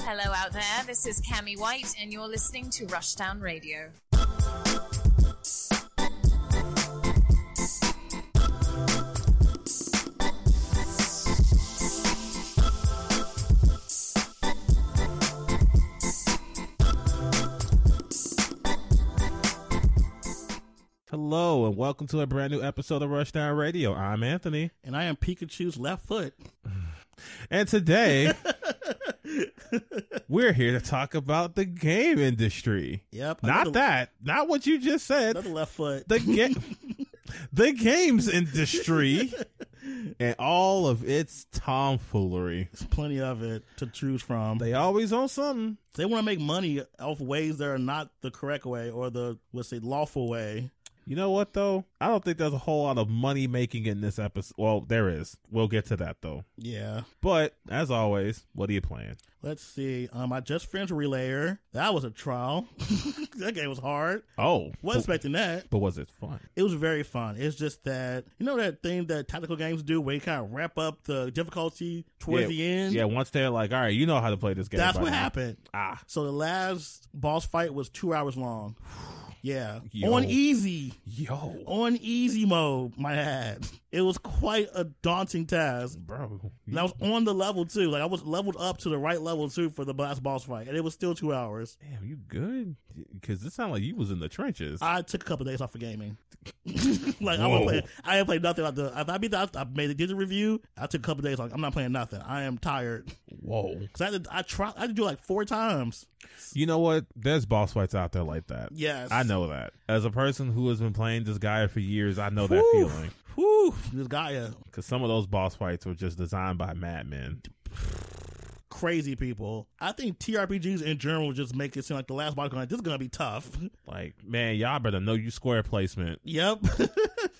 Hello out there, this is Cami White, and you're listening to Rushdown Radio. Hello and welcome to a brand new episode of Rushdown Radio. I'm Anthony, and I am Pikachu's left foot. and today we're here to talk about the game industry. Yep, I not know the- that, not what you just said. Another left foot. The game, the games industry, and all of its tomfoolery. There's plenty of it to choose from. They, They always own something. want to make money off ways that are not the correct way or the what's it lawful way. You know what though? I don't think there's a whole lot of money making in this episode. Well, there is. We'll get to that though. Yeah. But as always, what are you playing? Let's see. Um, I just finished Relayer. That was a trial. that game was hard. Oh, Wasn't expecting that. but was it fun? It was very fun. It's just that you know that thing that tactical games do, where you kind of wrap up the difficulty towards yeah, the end. Yeah, once they're like, all right, you know how to play this game. That's by what now." happened. Ah. So the last boss fight was two hours long. Yeah, Yo. on easy. Yo. on easy mode, my ad. It was quite a daunting task. Bro. And I was on the level too. Like I was leveled up to the right level too for the last boss fight. And it was still two hours. Damn, you good? Because it sounded like you was in the trenches. I took a couple days off of gaming. like I Whoa. was playing, I didn't play nothing. Like the if I beat that, I made a digital review. I took a couple days. Like I'm not playing nothing. I am tired. Whoa. Cause I had to- I tried. I had to do it like four times. You know what? There's boss fights out there like that. Yes. I know that. As a person who has been playing this guy for years, I know that Whew. feeling. Whew, this Gaia, Because some of those boss fights were just designed by madmen. crazy people. I think TRPGs in general just make it seem like the last boss fight. This is gonna be tough. Like, man, y'all better know you square placement. yep.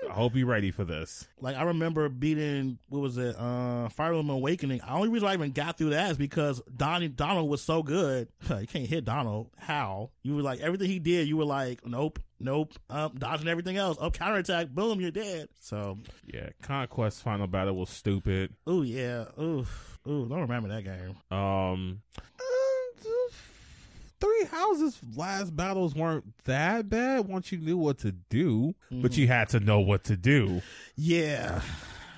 I hope you're ready for this. Like I remember beating what was it, uh, Fire Emblem Awakening. The only reason I even got through that is because Donnie Donald was so good. you can't hit Donald. How you were like everything he did, you were like, nope, nope, um, dodging everything else, up counterattack, boom, you're dead. So, Yeah, Conquest Final Battle was stupid. ooh yeah, ooh, ooh, don't remember that game. Um, Uh, Three Houses last battles weren't that bad once you knew what to do, but you had to know what to do. Yeah.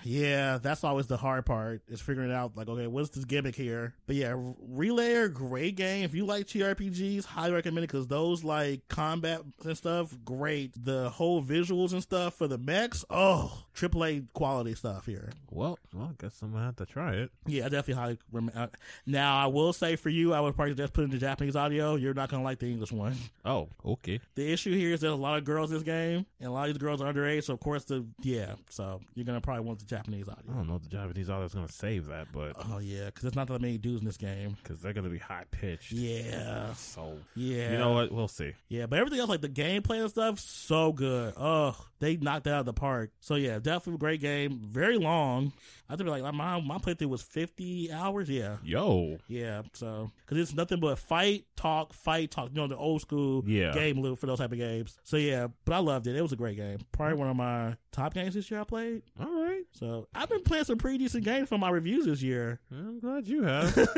Yeah, that's always the hard part is figuring out like, okay, what's this gimmick here? But yeah, Relayer, great game. If you like TRPGs, highly recommend it because those like combat and stuff, great. The whole visuals and stuff for the mechs, oh, triple A quality stuff here. Well, well, I guess I'm gonna have to try it. Yeah, I definitely highly recommend. Now, I will say for you, I would probably just put in the Japanese audio. You're not gonna like the English one. Oh, okay. The issue here is there's a lot of girls in this game, and a lot of these girls are underage, so of course the yeah, so you're gonna probably want the Japanese audio. I don't know if the Japanese audience gonna save that, but Oh yeah, because there's not that many dudes in this game. because they're gonna be high pitched. Yeah, So yeah. you know what? We'll see. Yeah, but everything else, like the gameplay and stuff, so good. Oh, they knocked that out of the park. So yeah, definitely a great game. Very long. I think like my my playthrough was 50 hours. Yeah. Yo, Yeah, so because it's nothing but fight, talk, fight, talk. You know the old school Yeah. game loop for those type of games. So yeah, but I loved it. It was a great game. Probably one of my top games this year I played. all right. So I've been playing some pretty decent games for my reviews this year. I'm glad you have.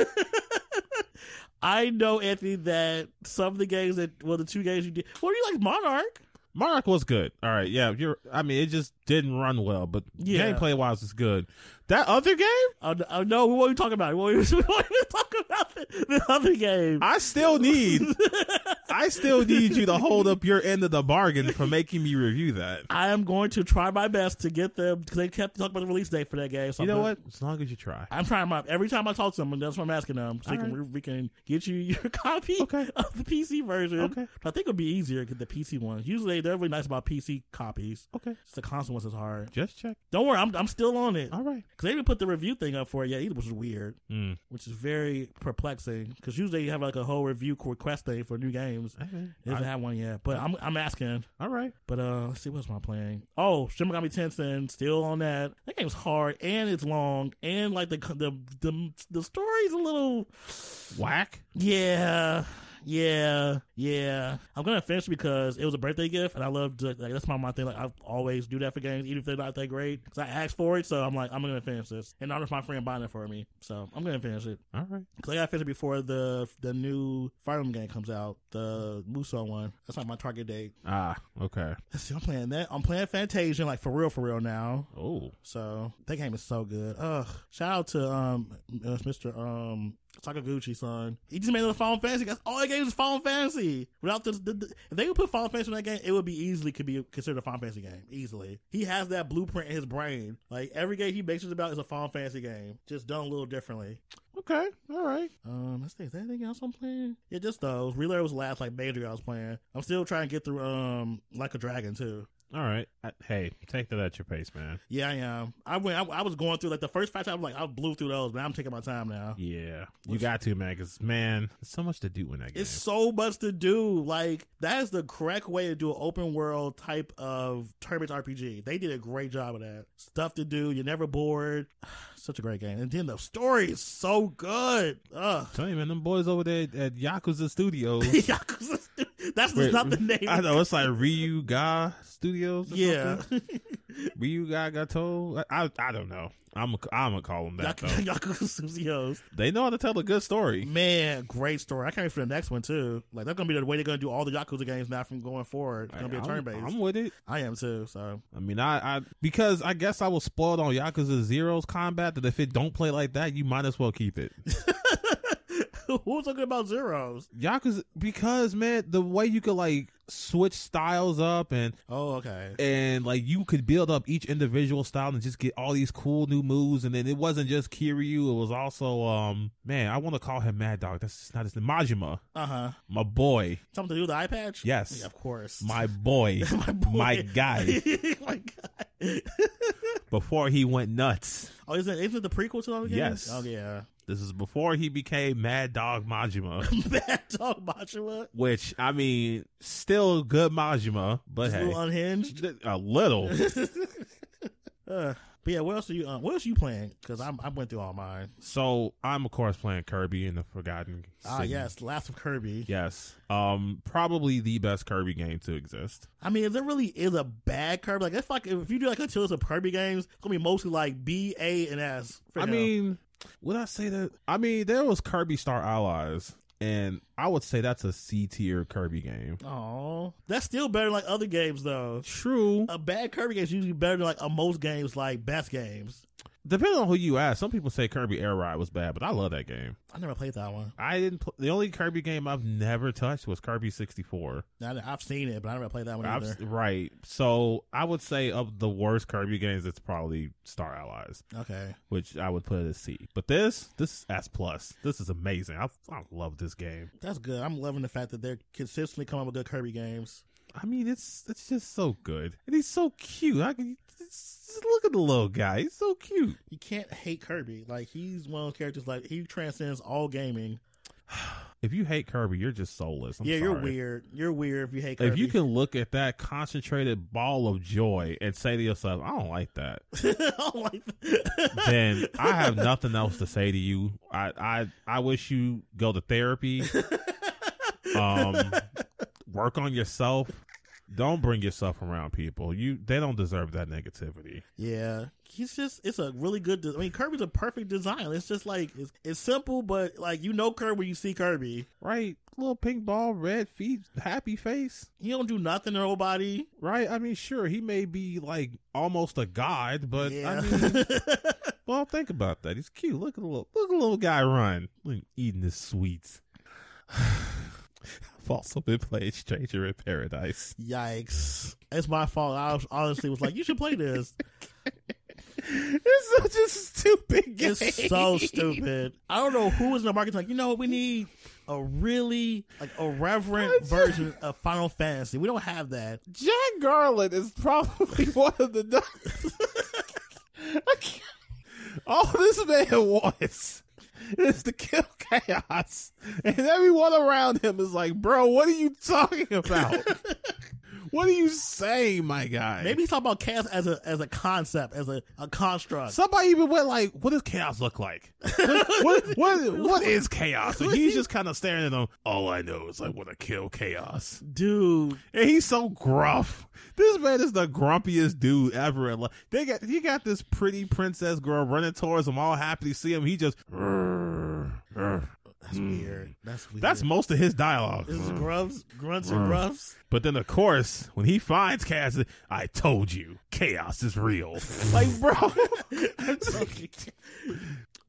I know, Anthony, that some of the games that well, the two games you did. Well, you like Monarch? Monarch was good. All right. Yeah. You're. I mean, it just didn't run well, but Yeah. gameplay wise, it's good. That other game, Oh, no- oh no, we won't even talk about it. We won't even, we won't even talk about the, the other game. I still need. I I still need you to hold up your end of the bargain for making me review that. I am going to try my best to get them because they kept talking about the release date for that game. So You I'm know gonna- what? As long as you try. I'm trying my every time I talk to them, and that's what I'm asking them. So they can, we can get you your copy Okay. of the PC version. Okay. I think it'd be easier to get the PC one. Usually they're really nice about PC copies. Okay. It's the console ones is hard. Just check. Don't worry, I'm I'm still on it. All right. Cause they didn't put the review thing up for it yet either, which is weird, Mm. which is very perplexing. Because usually you have like a whole review request thing for new games. It Okay. doesn't have one yet, but I'm I'm asking. All right. But uh, let's see what's my playing. Oh, Shin Megami Tensei, still on that. That game's hard and it's long and like the the the, the story's a little Whack. yeah. Yeah, yeah. I'm gonna finish because it was a birthday gift, and I love to, like that's my my thing. Like I always do that for games, even if they're not that great. Cause I asked for it, so I'm like I'm gonna finish this. And honors my friend buying it for me, so I'm gonna finish it. All right. Cause I gotta finish it before the the new Fire Emblem game comes out, the Musou one. That's like my target date. Ah. Okay. Let's see, I'm playing that. I'm playing Fantasia like for real, for real now. Oh. So that game is so good. Ugh! Shout out to um uh, Mr. Um Sakaguchi son. He just made another Final Fantasy. That's all that game is Final Fantasy. Without the, the, the- if they would put Final Fantasy in that game, it would be easily could be considered a Final Fantasy game. Easily, he has that blueprint in his brain. Like every game he makes it about is a Final Fantasy game, just done a little differently. Okay. All right. Um, let's see, is there anything else I'm playing? Yeah, just those. Relay was the last like major I was playing. I'm still trying to get through um like a dragon too. All right. I, hey, take that at your pace, man. Yeah, I am. I went. I, I was going through like the first patch. I was like, I blew through those, but I'm taking my time Oh. now. Yeah. You got to, man. Because man, there's so much to do in that game. It's so much to do. Like that is the correct way to do an open world type of tournament RPG. They did a great job of that. Stuff to do. You're never bored. Such a great game. And then the story is so good. Ugh. Tell you, man, them boys over there at, at Yakuza Studios. Yakuza- That's just not the name. I know it's like Ryu Ga Studios. Or Yeah. something. Ryu Ga Gato. I, I I don't know. I'm a, I'm gonna call them that Yakuza though. Yakuza Studios. They know how to tell a good story. Man, great story. I can't wait for the next one too. Like that's gonna be the way they're gonna do all the Yakuza games now from going forward. It's gonna be a I'm- turn based. I'm with it. I am too. So I mean, I, I because I guess I was spoiled on Yakuza Zero's combat that if it don't play like that, you might as well keep it. who's talking about zeros? Yakuza because man, the way you could like switch styles up and Oh, okay. and like you could build up each individual style and just get all these cool new moves and then it wasn't just Kiryu, it was also um man, I want to call him Mad Dog. That's just not his name. Majima. Uh huh. My boy. Something to do with the eye patch? Yes. Yeah, of course. My boy. My boy. My guy. my guy. Before he went nuts. oh, is it is it the prequel to all the games? Yes. Oh yeah. This is before he became Mad Dog Majima. Bad dog Machima. Which I mean, still good Majima, but Just a hey, little unhinged. a little. Uh, but yeah, what else are you? Uh, what else are you playing? Because I went through all mine. So I'm of course playing Kirby in the Forgotten. Ah, City. yes, Last of Kirby. Yes. Um, probably the best Kirby game to exist. I mean, if there really is a bad Kirby, like if like if you do like a series of Kirby games, it's gonna be mostly like B, A, and S. for I him. mean, would I say that? I mean, there was Kirby Star Allies, and I would say that's a C tier Kirby game. oh, that's still better than like other games though. True. A bad Kirby game is usually better than like uh, most games, like best games. Depending on who you ask, some people say Kirby Air Ride was bad, but I love that game. I never played that one. I didn't. Pl- the only Kirby game I've never touched was Kirby sixty four. I, have seen it, but I never played that one either. Right. So I would say of the worst Kirby games, it's probably Star Allies. okay, which I would put it as C. But this, this is S plus. This is amazing. I, I love this game. that's good. I'm loving the fact that they're consistently coming up with good Kirby games. I mean, it's it's just so good, and he's so cute. I can just just look at the little guy. He's so cute. You can't hate Kirby. Like he's one of those characters. Like he transcends all gaming. If you hate Kirby, you're just soulless. I'm yeah, you're sorry. weird. You're weird if you hate Kirby. If you can look at that concentrated ball of joy and say to yourself, "I don't like that," I don't like that. then I have nothing else to say to you. I I I wish you go to therapy. Um, work on yourself. Don't bring yourself around people. You they don't deserve that negativity. Yeah, he's just it's a really good. De- I mean, Kirby's a perfect design. It's just like it's, it's simple, but like you know Kirby when you see Kirby. Right? Little pink ball, red feet, happy face. He don't do nothing to nobody. Right? I mean, sure, he may be like almost a god, but I yeah. mean, well, think about that. He's cute. Look at the little look at the little guy run. Look, eating his sweets. I've also been playing Stranger in Paradise. Yikes! It's my fault. I was- honestly was like, you should play this. It's such a stupid game. It's so stupid. I don't know who is in the market. Like, you know what? We need a really like a reverent version of Final Fantasy. We don't have that. Jack Garland is probably one of the dumbest. I can't- All this man wants is to kill chaos, and everyone around him is like, "Bro, what are you talking about? what are you saying, my guy?" Maybe he's talking about chaos as a as a concept, as a, a construct. somebody even went like, "What does chaos look like? What what what, what is chaos?" And he's just kind of staring at them. All I know is I want to kill chaos. Dude, And he's so gruff. This man is the grumpiest dude ever. In life. They got he got this pretty princess girl running towards him, all happy to see him. He just that's weird. That's weird. Hmm. that's most of his dialogue. Hmm. this is grubs, grunts and gruffs. But then of course, when he finds Cass, I told you, chaos is real. like, bro,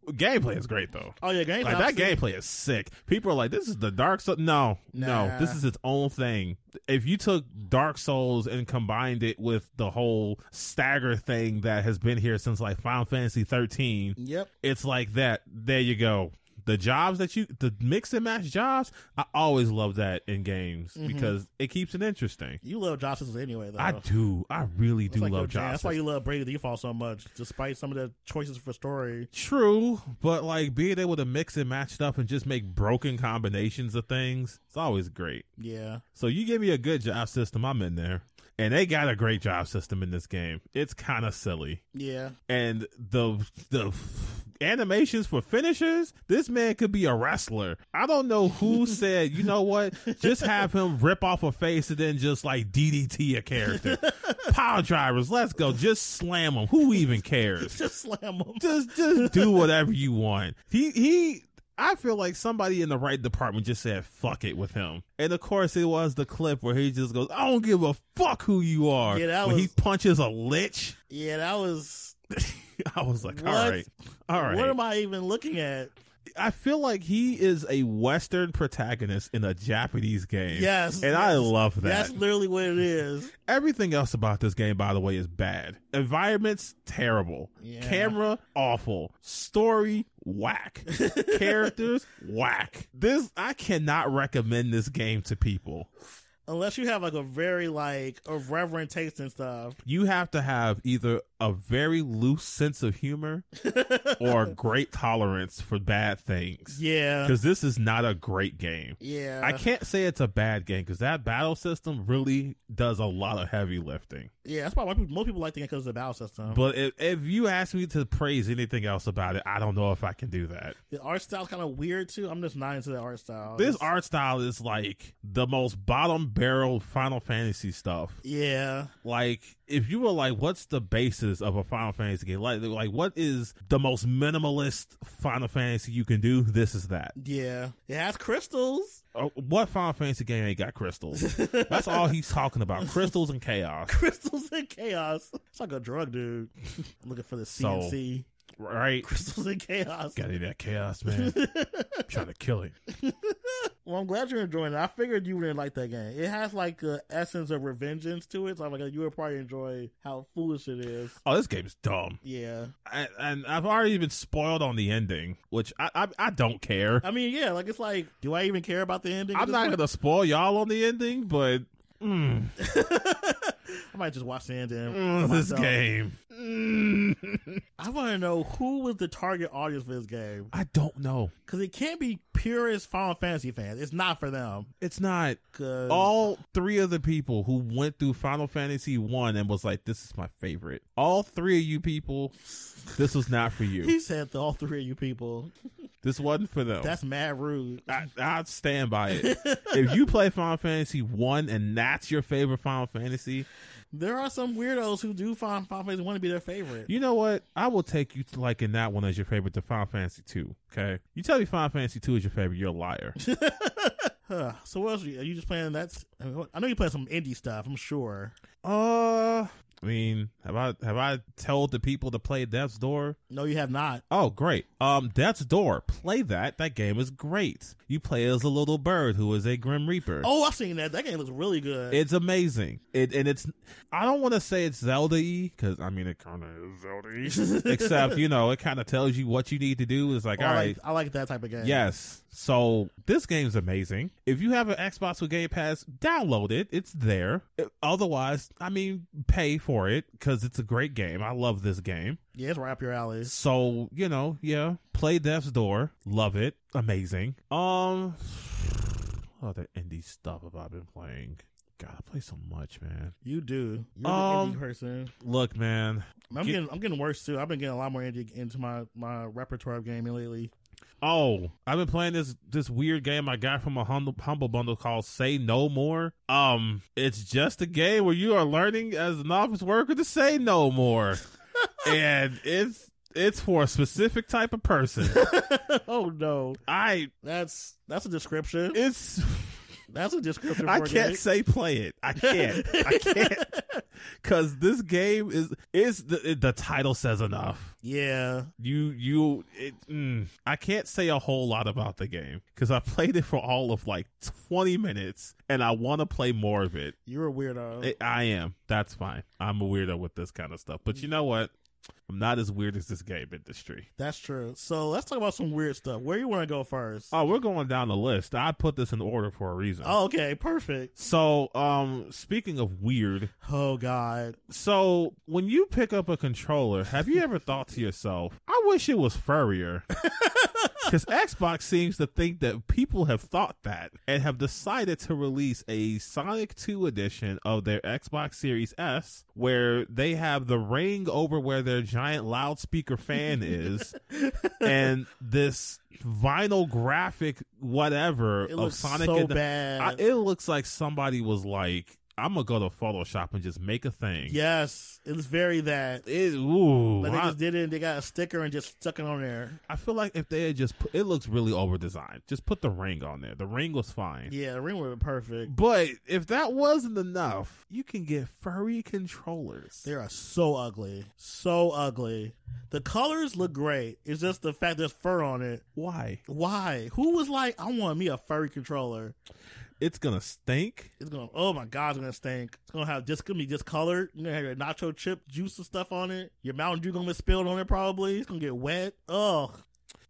gameplay is great though. Oh yeah, game Like that gameplay is sick. People are like, "This is the Dark Souls." No, Nah. no, this is its own thing. If you took Dark Souls and combined it with the whole stagger thing that has been here since like Final Fantasy thirteen, Yep. it's like that. There you go. The jobs that you, the mix and match jobs, I always love that in games Mm-hmm. because it keeps it interesting. You love job systems anyway, though. I do. I really That's do like your love jam. jobs. That's why you love Brady Default so much, despite some of the choices for story. True, but like being able to mix and match stuff and just make broken combinations of things, it's always great. Yeah. So you give me a good job system, I'm in there. And they got a great job system in this game. It's kind of silly. Yeah. And the the f- animations for finishers, this man could be a wrestler. I don't know who said, you know what? Just have him rip off a face and then just like DDT a character. Power drivers, let's go. Just slam them. Who even cares? Just slam them. just just do whatever you want. He he I feel like somebody in the right department just said fuck it with him. And of course it was the clip where he just goes, I don't give a fuck who you are. Yeah, that when he was- punches a lich. Yeah, that was. I was like, What? all right. All right. What am I even looking at? I feel like he is a Western protagonist in a Japanese game. Yes. And I yes. love that. That's literally what it is. Everything else about this game, by the way, is bad. Environments, terrible. Yeah. Camera, awful. Story, whack. Characters, whack. This, I cannot recommend this game to people. Unless you have like a very like a reverent taste and stuff. You have to have either a very loose sense of humor or a great tolerance for bad things. Yeah. Because this is not a great game. Yeah. I can't say it's a bad game because that battle system really does a lot of heavy lifting. Yeah, that's probably why people, most people like thinking because of the battle system. But if, if you ask me to praise anything else about it, I don't know if I can do that. the art style's kind of weird too. I'm just not into the art style. This It's- art style is like the most bottom barrel Final Fantasy stuff. Yeah. Like, if you were like, what's the basis of a Final Fantasy game? Like, like what is the most minimalist Final Fantasy you can do? This is that. Yeah. It has crystals. Uh, What Final Fantasy game ain't got crystals? That's all he's talking about crystals and chaos. Crystals and chaos. It's like a drug, dude. I'm looking for the So- CNC. Right? Crystals and chaos. Got in that chaos, man. I'm trying to kill him. Well, I'm glad you're enjoying it. I figured you wouldn't like that game. It has like the essence of revengeance to it. So I'm like, you would probably enjoy how foolish it is. Oh, this game's dumb. Yeah. I, and I've already been spoiled on the ending, which I I, I don't care. I mean, yeah, like it's like, do I even care about the ending? I'm not gonna spoil y'all on the ending, but mm, I might just watch the ending. mm, for this myself. game, Mm. I want to know who was the target audience for this game I don't know. because it can't be purist Final Fantasy fans. It's not for them. It's not 'Cause- all three of the people who went through Final Fantasy One and was like, "This is my favorite." All three of you people, this was not for he you. said to all three of you people. This wasn't for them. That's mad rude. I, I stand by it. if you play Final Fantasy One and that's your favorite Final Fantasy, There are some weirdos who do find Final Fantasy want to be their favorite. You know what? I will take you to liking that one as your favorite to Final Fantasy two. Okay, you tell me Final Fantasy two is your favorite, you're a liar. Huh. So what else are you, are you just playing? That's I know you playing some indie stuff. I'm sure. uh, I mean, have I have I told the people to play Death's Door? No, you have not. Oh, great. Um, Death's Door. Play that. That game is great. You play as a little bird who is a grim reaper. Oh, I've seen that. That game looks really good. It's amazing. It and it's I don't want to say it's Zelda y because I mean it kind of is Zelda y. Except you know it kind of tells you what you need to do. It's like Oh, all I, right, like, I like that type of game. yes. So this game's amazing. If you have an Xbox with Game Pass, download it. It's there. Otherwise, I mean, pay for it because it's a great game. I love this game. Yeah, it's right up your alley. So you know, yeah, play Death's Door. Love it. Amazing. Um, other indie stuff I've been playing. God, I play so much, man. You do. You're an Um, indie person. Look, man. I'm get- getting I'm getting worse too. I've been getting a lot more indie into my, my repertoire of gaming lately. Oh, I've been playing this this weird game I got from a humble, humble bundle called Say No More. Um, it's just a game where you are learning as an office worker to say no more, and it's it's for a specific type of person. oh no, I that's that's a description. it's That's a description. I for a can't game. say play it. I can't. I can't because this game is is the the title says enough. Yeah, You you it, mm, I can't say a whole lot about the game because I played it for all of like twenty minutes and I want to play more of it. you're a weirdo. I I am. That's fine. I'm a weirdo with this kind of stuff. But you know what? I'm not as weird as this game industry. that's true. So let's talk about some weird stuff. Where you want to go first? Oh, we're going down the list. I put this in order for a reason. oh, okay, perfect. So, um, speaking of weird, Oh God, So when you pick up a controller, have you ever thought to yourself, I wish it was furrier? Because Xbox seems to think that people have thought that and have decided to release a Sonic 2 edition of their Xbox Series S where they have the ring over where their giant loudspeaker fan is and this vinyl graphic whatever it of looks Sonic so and the bad. I, it looks like somebody was like, "I'm gonna go to Photoshop and just make a thing." yes, it's very that. It, ooh, Like they I, just did it. and They got a sticker and just stuck it on there. I feel like if they had just, put, it looks really over designed. Just put the ring on there. The ring was fine. Yeah, the ring would be perfect. But if that wasn't enough, you can get furry controllers. They are so ugly, so ugly. The colors look great. It's just the fact there's fur on it. Why? Why? Who was like, I want me a furry controller? It's gonna stink. It's gonna, oh my god, it's gonna stink. It's gonna have just gonna be discolored. You're gonna have your nacho chip juice and stuff on it. Your Mountain Dew gonna get spilled on it probably. It's gonna get wet. Ugh.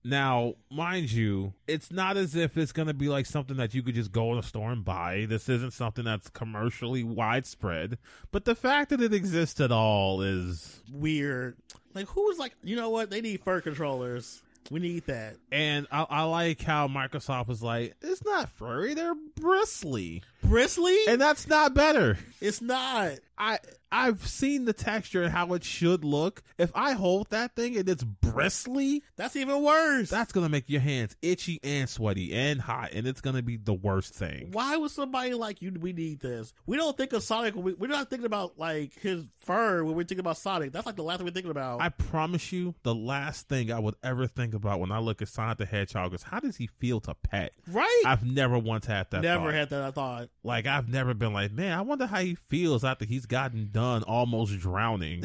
Now, mind you, it's not as if it's gonna be like something that you could just go in a store and buy. This isn't something that's commercially widespread. But the fact that it exists at all is Weird. Like who was like, you know what? They need fur controllers. We need that. And I, I like how Microsoft was like, it's not furry, they're bristly, Bristly? and that's not better. it's not. I I've seen the texture and how it should look. If I hold that thing and it's bristly, That's even worse. that's gonna make your hands itchy and sweaty and hot, and it's gonna be the worst thing. why was somebody like you? We need this. We don't think of Sonic. We, we're not thinking about like his fur when we're thinking about Sonic. That's like the last thing we're thinking about. I promise you, the last thing I would ever think about when I look at Sonic the Hedgehog is how does he feel to pet? right? I've never once had that. Never thought. had that. I thought. Like I've never been like, man, I wonder how he feels after he's gotten done almost drowning.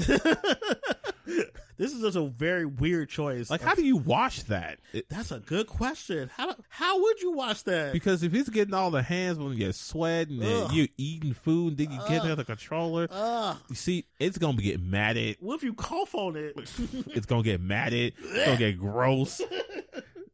this is just a very weird choice. Like, how do you wash that? It- That's a good question. How how would you watch that? because if he's getting all the hands when you're sweating and Ugh. you're eating food, then you get Ugh. to the controller. Ugh. You see, it's gonna be get matted. What if you cough on it? It's gonna get matted. It's gonna get gross.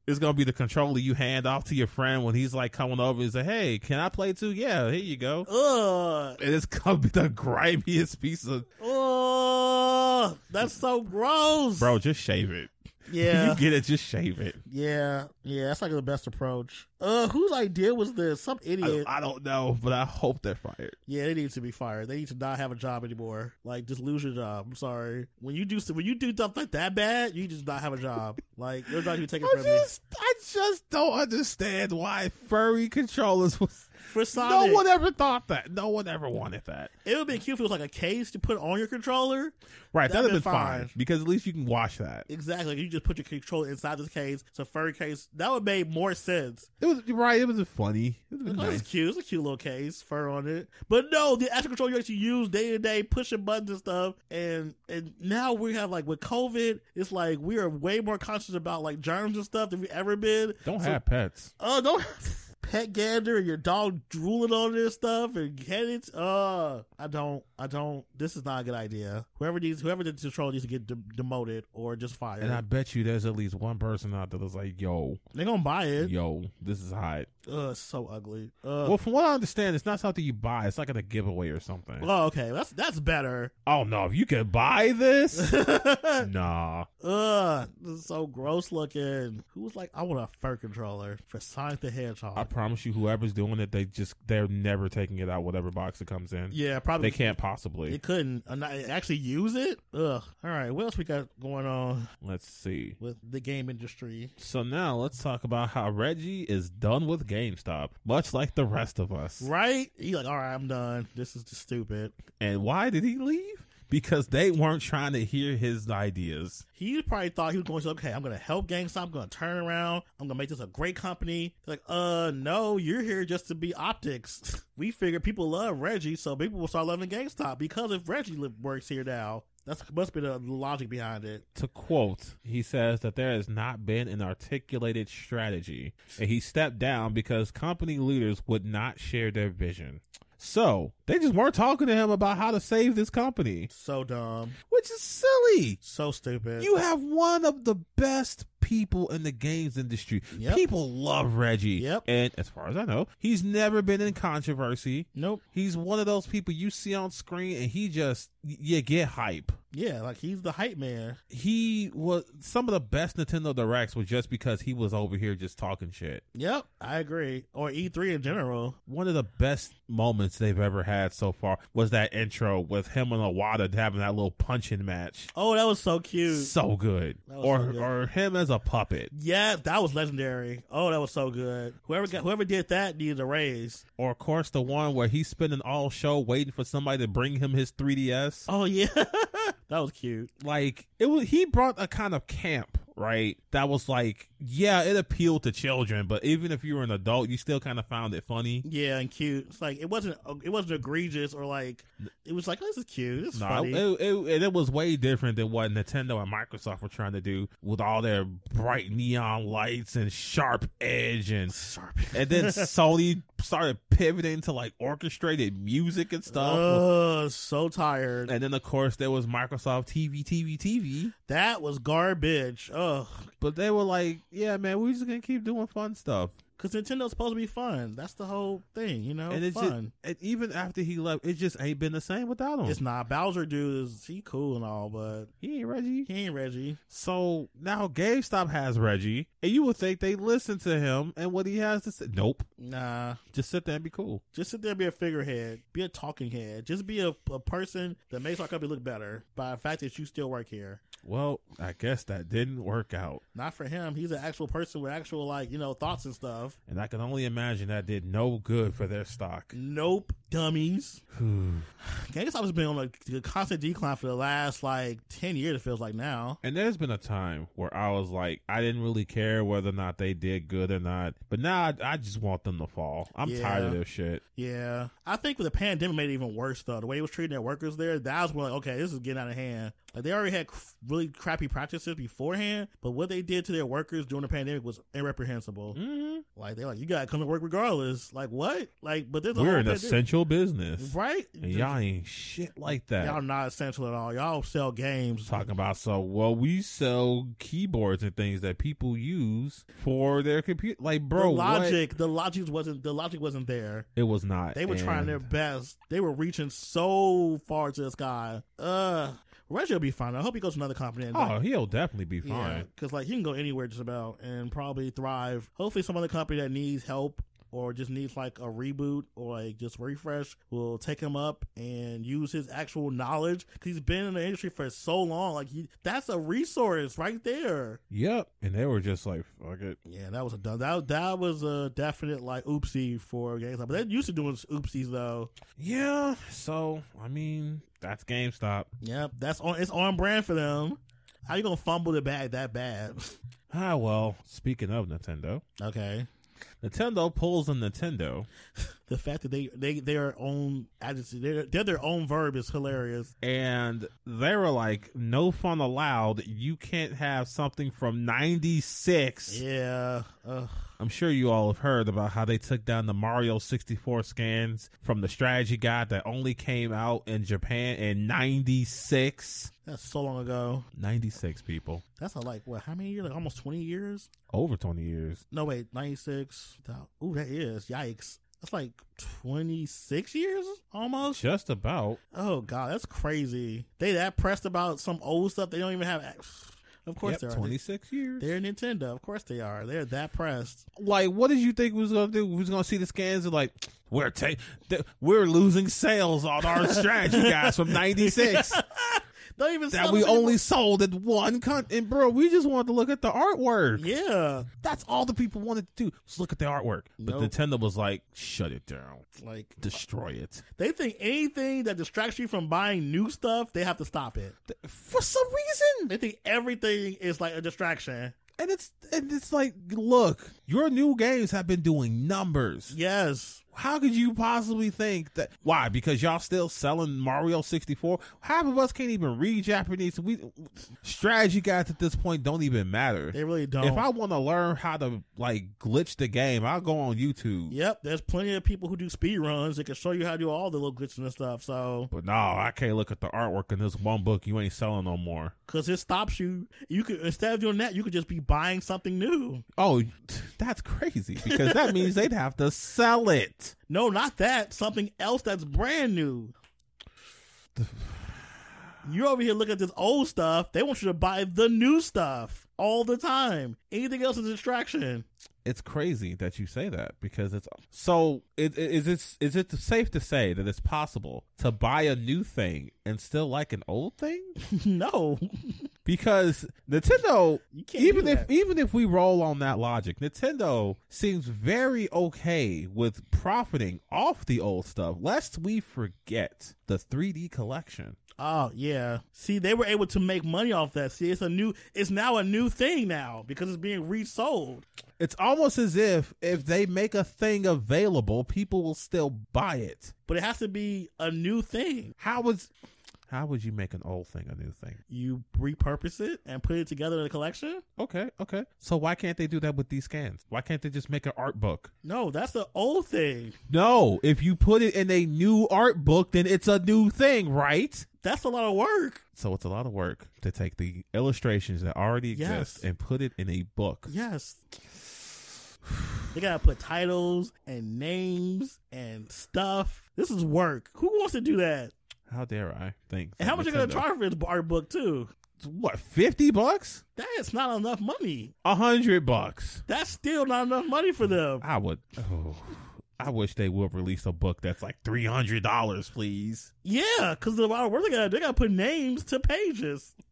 It's gonna be the controller you hand off to your friend when he's like coming over and say, "Hey, can I play too?" Yeah, here you go. Ugh. And it's gonna be the grimiest piece of Ugh. That's so gross. bro. Just shave it. Yeah. You get it. Just shave it. yeah. Yeah. That's like the best approach. Uh, whose idea was this? Some I idiot. don't, I don't know, but I hope they're fired. Yeah, they need to be fired. They need to not have a job anymore. Like, just lose your job. I'm sorry. When you do when you do stuff like that bad, you just not have a job. Like, you're not even taking I from you. just, I just don't understand why furry controllers was. For No Sonic, one ever thought that. No one ever wanted that. it would be cute if it was like a case to put on your controller. Right, that'd That'd have been been fine fine. because at least you can wash that. Exactly. Like, you just put your controller inside this case, so to fur case. That would make more sense. It was you're right. It was funny. It was Oh, nice. It's cute. It's a cute little case, fur on it. But no, the actual control you actually use day to day, pushing buttons and stuff. And and now we have like with COVID, it's like we are way more conscious about like germs and stuff than we've ever been. Don't So- have pets. Oh, don't pet gander and your dog drooling on this stuff and get it. Uh, I don't. I don't. This is not a good idea. Whoever needs, whoever did the control needs to get de- demoted or just fired. And I bet you there's at least one person out there that's like, yo, They're gonna buy it. yo, this is hot. Ugh, it's so ugly. Ugh. Well, from what I understand, it's not something you buy. It's like at a giveaway or something. oh, okay. That's that's better. Oh no, if you could buy this, nah. Ugh, this is so gross looking. Who was like, I want a fur controller for Sonic the Hedgehog? I promise you, whoever's doing it, they just they're never taking it out whatever box it comes in. yeah, probably. They can't possibly. They couldn't uh, not- actually use it. Ugh. All right. What else we got going on Let's see. with the game industry? So now let's talk about how Reggie is done with GameStop, much like the rest of us. Right? He like, all right, I'm done. This is just stupid. And why did he leave? Because they weren't trying to hear his ideas. He probably thought he was going to okay, I'm going to help GameStop. I'm going to turn around. I'm going to make this a great company. They're like, uh, no, you're here just to be optics. we figured people love Reggie, so people will start loving GameStop because if Reggie li- works here now, that's must be the logic behind it. To quote, he says that there has not been an articulated strategy, and he stepped down because company leaders would not share their vision. So they just weren't talking to him about how to save this company, So dumb. which is silly. So stupid. You have one of the best people in the games industry. Yep. People love Reggie. Yep. And as far as I know, he's never been in controversy. nope. He's one of those people you see on screen and he just, you get hype. Yeah, like he's the hype man. He was, some of the best Nintendo Directs was just because he was over here just talking shit. Yep, I agree. Or E3 in general. One of the best moments they've ever had so far was that intro with him and Awada having that little punching match. Oh, that was so cute. So good. That was Or, so good. or him as a puppet. Yeah, that was legendary. Oh, that was so good. Whoever got whoever did that needed a raise. Or of course the one where he's spending all show waiting for somebody to bring him his 3DS. Oh yeah, that was cute. Like it was he brought a kind of camp, right? That was like, yeah, it appealed to children, but even if you were an adult, you still kind of found it funny. Yeah, and cute. It's like it wasn't it wasn't egregious or like it was like this is cute. This is No, it, funny. it, it, it was way different than what Nintendo and Microsoft were trying to do with all their bright neon lights and sharp edge and Sharp. and then Sony started pivoting to like orchestrated music and stuff. Ugh, so tired. and then of course there was Microsoft TV, TV, TV. That was garbage. Ugh. But they were like, yeah, man, we're just gonna keep doing fun stuff. Cause Nintendo's supposed to be fun. That's the whole thing, you know. and it's fun. Just, and even after he left, it just ain't been the same without him. it's not Bowser, dude. Is he cool and all, but he ain't Reggie. he ain't Reggie. So now GameStop has Reggie, and you would think they listen to him and what he has to say. Nope. Nah. Just sit there and be cool. Just sit there and be a figurehead. Be a talking head. Just be a, a person that makes our company look better by the fact that you still work here. Well, I guess that didn't work out. Not for him. He's an actual person with actual, like, you know, thoughts and stuff. And I can only imagine that did no good for their stock. Nope. Dummies. GameStop has been on a, a constant decline for the last, like, 10 years, it feels like now. And there's been a time where I was like, I didn't really care whether or not they did good or not. But now I, I just want them to fall. I'm Yeah. tired of their shit. Yeah. I think with the pandemic made it even worse, though. The way it was treating their workers there, that was when, like, okay, this is getting out of hand. Like, they already had cr- really crappy practices beforehand, but what they did to their workers during the pandemic was irreprehensible. Mm-hmm. Like they're like, you gotta come to work regardless. Like what? Like, but there's a We're whole an thing- essential business. right? And y'all ain't shit like that. Y'all not essential at all. Y'all sell games. talking about so well we sell keyboards and things that people use for their computer like bro the what? logic, the logic wasn't the logic wasn't there. it was not They were trying their And best. They were reaching so far to the sky. Uh, Reggie will be fine. I hope he goes to another company. And oh like, he'll definitely be fine yeah, because like he can go anywhere just about and probably thrive. Hopefully, some other company that needs help or just needs like a reboot or like just refresh will take him up and use his actual knowledge because he's been in the industry for so long. Like he, that's a resource right there. yep and they were just like fuck it Yeah, that was a dumb. That that was a definite like oopsie for GameStop. But they used to doing oopsies though. yeah so i mean that's gamestop Yep, that's on. It's on brand for them. How you gonna fumble the bag that bad? Ah, well, speaking of Nintendo, Okay. Nintendo pulls a Nintendo The fact that they they their own adjective, they're, they're their own verb is hilarious. and they were like, no fun allowed. You can't have something from 96. Yeah. Ugh. I'm sure you all have heard about how they took down the Mario 64 scans from the strategy guide that only came out in Japan in 96. That's so long ago. 96 people. That's a, like what? How many years? Like almost twenty years? Over 20 years. No wait, ninety six. Ooh, that is yikes. That's like twenty six years almost. Just about. Oh god, that's crazy. They that pressed about some old stuff. They don't even have. Of course Yep, they are. 26 years. They're Nintendo. Of course they are. They're that pressed. like, what did you think we was gonna do? We was gonna see the scans and like, we're ta- th- we're losing sales on our strategy guys from '96 Don't even that sell we them only sold in one country. And bro, we just wanted to look at the artwork. anymore. Yeah, That's all the people wanted to do. Just look at the artwork. But Nope. Nintendo was like, shut it down, like destroy it. they think anything that distracts you from buying new stuff, they have to stop it. Th- uh, For some reason, They think everything is like a distraction. and it's and it's like, look, your new games have been doing numbers. Yes, How could you possibly think that? Why? Because y'all still selling Mario 64? Half of us can't even read Japanese. We strategy guys at this point don't even matter. they really don't. If I want to learn how to like glitch the game, I'll go on YouTube. Yep, there's plenty of people who do speed runs that can show you how to do all the little glitches and stuff. So, But no, I can't look at the artwork in this one book. You ain't selling no more. because it stops you, you could instead of doing that, you could just be buying something new. Oh, that's crazy because that means they'd have to sell it. No, not that. Something else that's brand new. You're over here looking at this old stuff. They want you to buy the new stuff all the time. Anything else is a distraction. It's crazy that you say that because it's so. It, it- is it is it safe to say that it's possible to buy a new thing and still like an old thing? no, Because Nintendo, You can't even do if that. even if we roll on that logic, Nintendo seems very okay with profiting off the old stuff. Lest we forget the 3D collection. Oh yeah. See, they were able to make money off that. See, it's a new. It's now a new thing now because it's being resold. It's almost as if if they make a thing available, people will still buy it. But it has to be a new thing. How was how would you make an old thing a new thing? You repurpose it and put it together in a collection. Okay, okay. So why can't they do that with these scans? Why can't they just make an art book? No, that's the old thing. No, if you put it in a new art book, then it's a new thing, right? That's a lot of work. So it's a lot of work to take the illustrations that already exist Yes. and put it in a book. Yes. They gotta put titles and names and stuff. This is work. Who wants to do that? How dare I think? And how much that are gonna Nintendo- charge for this art book too? What, fifty bucks? That's not enough money. A hundred bucks? That's still not enough money for them. I would. Oh, I wish they would release a book that's like three hundred dollars, please. Yeah, because the amount of work they gotta, they gotta put names to pages.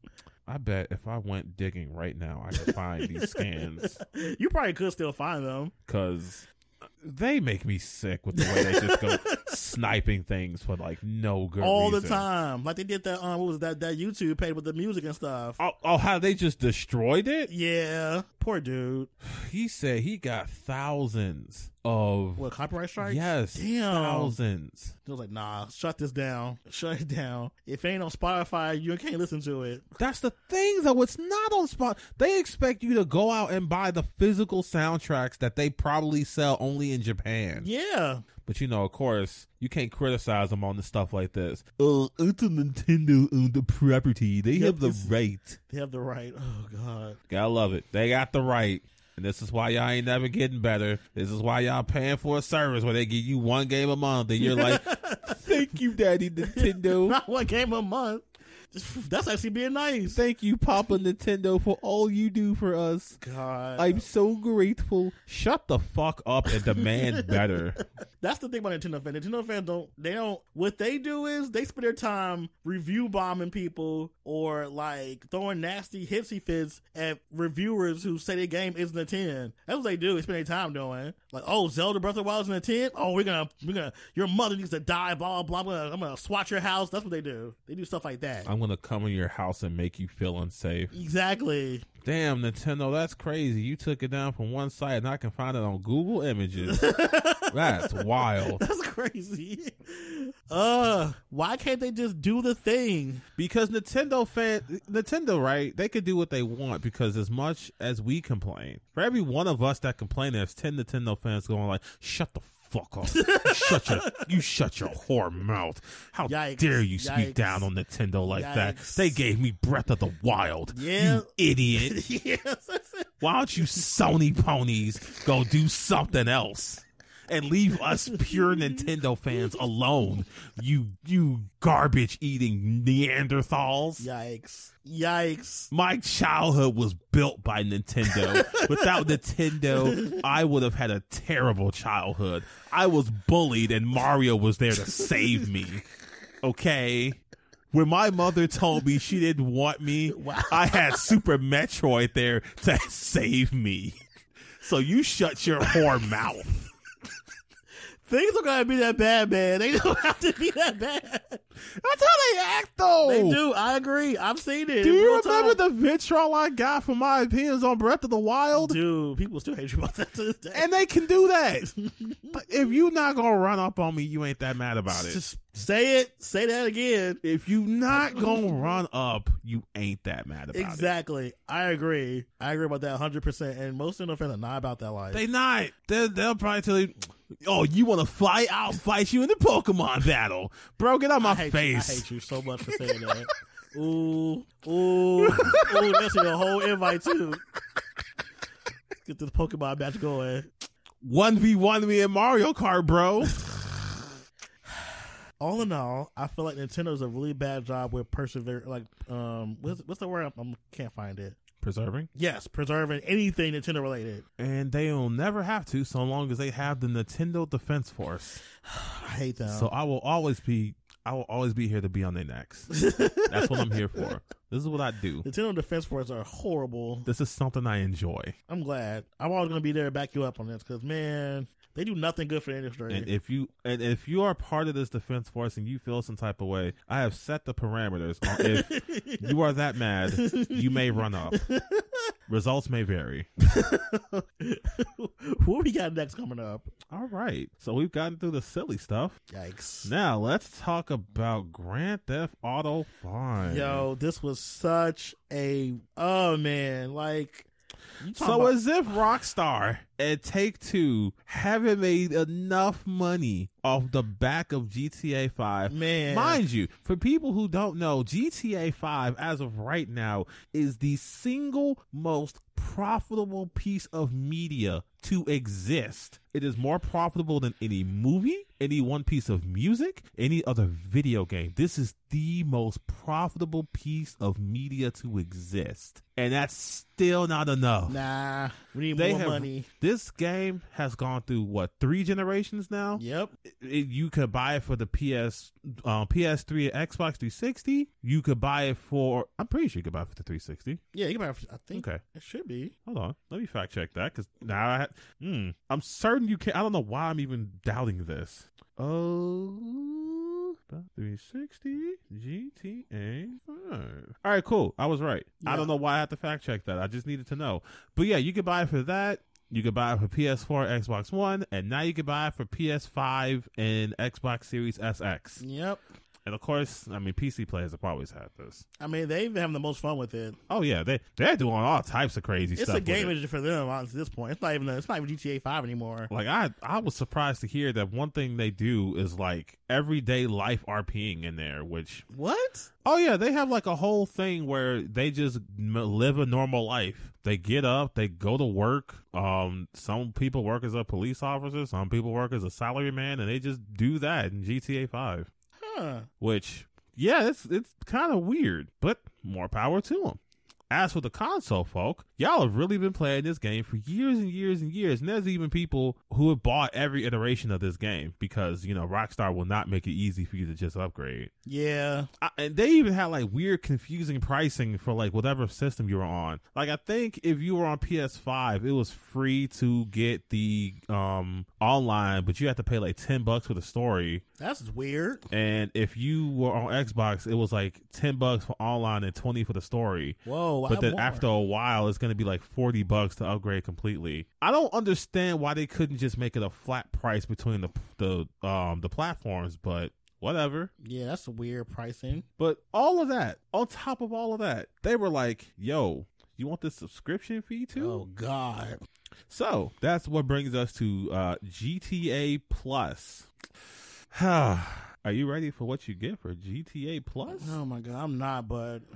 I bet if I went digging right now, I could find these scans You probably could still find them. because they make me sick with the way they just go sniping things for like no good all the reason. time. Like they did that um what was that that YouTube page with the music and stuff. Oh, oh, how they just destroyed it? Yeah. Poor dude. He said he got thousands of What copyright strikes? yes, Damn. thousands. It was like, nah, shut this down. Shut it down. If it ain't on Spotify, you can't listen to it. That's the thing, though. It's not on spot. They expect you to go out and buy the physical soundtracks that they probably sell only in Japan. Yeah. But you know, of course, you can't criticize them on the stuff like this. Oh, it's a Nintendo owned the property. They Yep, have the it's- right. They have the right. Oh God. Gotta love it. They got the right. And this is why y'all ain't never getting better. This is why y'all paying for a service where they give you one game a month and you're like, thank you, Daddy Nintendo. Not one game a month. That's actually being nice. Thank you, Papa Nintendo, for all you do for us. God. I'm so grateful. Shut the fuck up and demand better. That's the thing about Nintendo fans. Nintendo fans don't they don't what they do is they spend their time review bombing people or like throwing nasty hipsy fits at reviewers who say their game isn't a ten. That's what they do. They spend their time doing like, oh, Zelda Breath of the Wild isn't a ten. Oh, we're gonna we're gonna your mother needs to die. Blah blah blah. I'm gonna, I'm gonna swat your house. That's what they do. They do stuff like that. I'm gonna come in your house and make you feel unsafe. Exactly. Damn, Nintendo, that's crazy. You took it down from one site and I can find it on Google Images. that's wild. That's crazy. Uh, why can't they just do the thing? Because Nintendo fan Nintendo, right? They could do what they want because as much as we complain, for every one of us that complain, there's ten Nintendo fans going like, "Shut the fuck up! You shut your you shut your whore mouth! How Yikes. dare you speak Yikes. down on Nintendo like that? Yikes. They gave me Breath of the Wild, Yeah. you idiot! yes. that's it. Why don't you Sony ponies go do something else?" And leave us pure Nintendo fans alone, you you garbage eating Neanderthals. Yikes. Yikes. My childhood was built by Nintendo. Without Nintendo, I would have had a terrible childhood. I was bullied and Mario was there to save me. Okay? When my mother told me she didn't want me, I had Super Metroid there to save me. So you shut your whore mouth. Things are gonna be that bad, man. They don't have to be that bad. That's how they act, though. They do. I agree. I've seen it. Oh. Do in you real remember time. the vitriol I got for my opinions on Breath of the Wild? dude? People still hate you about that to this day. and they can do that. But if you not gonna run up on me, you ain't that mad about it. just say it. Say that again. If you not gonna run up, you ain't that mad about it. Exactly. I agree. I agree about that 100%. And most Nintendo fans are not about that life. They not. They'll, they'll probably tell you, "Oh, you want to fly? I'll fight you in the Pokemon battle, bro. Get out my I hate You. I face." hate you so much for saying that. ooh, ooh, ooh! That's the whole invite too. Get this Pokemon match going. One v one me in Mario Kart, bro. All in all, I feel like Nintendo does a really bad job with persevere. Like, um, what's, what's the word? I am can't find it. Preserving, Yes, preserving anything Nintendo related. and they'll never have to, so long as they have the Nintendo Defense Force. I hate them. So uh, I will always be, I will always be here to be on their necks. That's what I'm here for. This is what I do. Nintendo Defense Force are horrible. This is something I enjoy. I'm glad. I'm always gonna be there to back you up on this because man, they do nothing good for the industry. And if you and if you are part of this defense force and you feel some type of way, I have set the parameters. on If you are that mad, you may run up. Results may vary. what we got next coming up? All right. So we've gotten through the silly stuff. Yikes! Now let's talk about Grand Theft Auto 5. Yo, this was such a oh man, like you talking So about- as if Rockstar and Take Two haven't made enough money off the back of GTA Five, Man. Mind you, for people who don't know, GTA Five as of right now is the single most profitable piece of media to exist. It is more profitable than any movie, any one piece of music, any other video game. This is the most profitable piece of media to exist. And that's still not enough nah, we need more money. this game has gone through what three generations now. Yep, It- it- you could buy it for the PS, uh, PS3, and Xbox 360. You could buy it for. I'm pretty sure you could buy it for the 360. yeah, you can have, I think Okay. it should be. Hold on, let me fact check that because now I, mm, I'm certain you can. I don't know why I'm even doubting this. Oh, 360 GTA 5. All right, cool. I was right. I Yeah. don't know why I had to fact check that. I just needed to know. But yeah, you could buy it for that. You could buy it for PS4, Xbox One, and now you can buy it for PS5 and Xbox Series SX. Yep. And of course, I mean, PC players have always had this. I mean, they've been having the most fun with it. Oh yeah, they they're doing all types of crazy It's stuff. a with game it. engine for them honestly, at this point. It's not even a, it's not even GTA Five anymore. Like I, I was surprised to hear that one thing they do is like everyday life RPing in there. Which, What? oh yeah, they have like a whole thing where they just m- live a normal life. They get up, they go to work. Um, some people work as a police officer, some people work as a salary man, and they just do that in GTA Five. Huh? Which, yeah, it's it's kind of weird, but more power to them. As for the console folk, y'all have really been playing this game for years and years and years. And there's even people who have bought every iteration of this game because, you know, Rockstar will not make it easy for you to just upgrade. Yeah. I, and they even had like weird, confusing pricing for like whatever system you were on. Like, I think if you were on PS5, it was free to get the um online, but you had to pay like 10 bucks for the story. That's weird. And if you were on Xbox, it was like 10 bucks for online and 20 for the story Whoa. I but then want after a while it's going to be like 40 bucks to upgrade completely i don't understand why they couldn't just make it a flat price between the the um the platforms but whatever Yeah, that's weird pricing. but all of that on top of all of that they were like yo you want this subscription fee too Oh God. so that's what brings us to uh gta plus are you ready for what you get for gta plus Oh my God. I'm not, but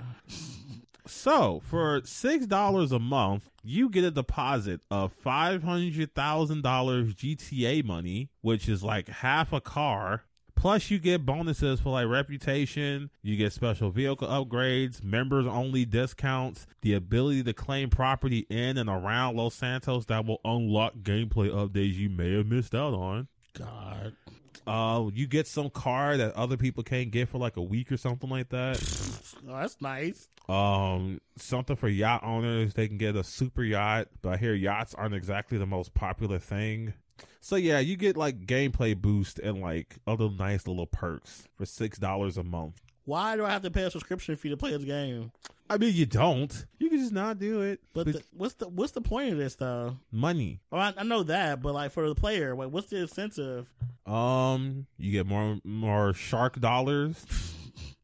So for six dollars a month, you get a deposit of five hundred thousand dollars GTA money, which is like half a car. Plus, you get bonuses for like reputation, you get special vehicle upgrades, members only discounts, the ability to claim property in and around Los Santos that will unlock gameplay updates you may have missed out on. God. Uh, you get some car that other people can't get for like a week or something like that. Oh, that's nice. Um, something for yacht owners. They can get a super yacht, but I hear yachts aren't exactly the most popular thing. So yeah, you get like gameplay boost and like other nice little perks for six dollars a month. Why do I have to pay a subscription fee to play this game? I mean, you don't. You can just not do it. But the, what's the what's the point of this though? money. Oh, I, I know that, but like for the player, like, what's the incentive? Um, you get more more shark dollars.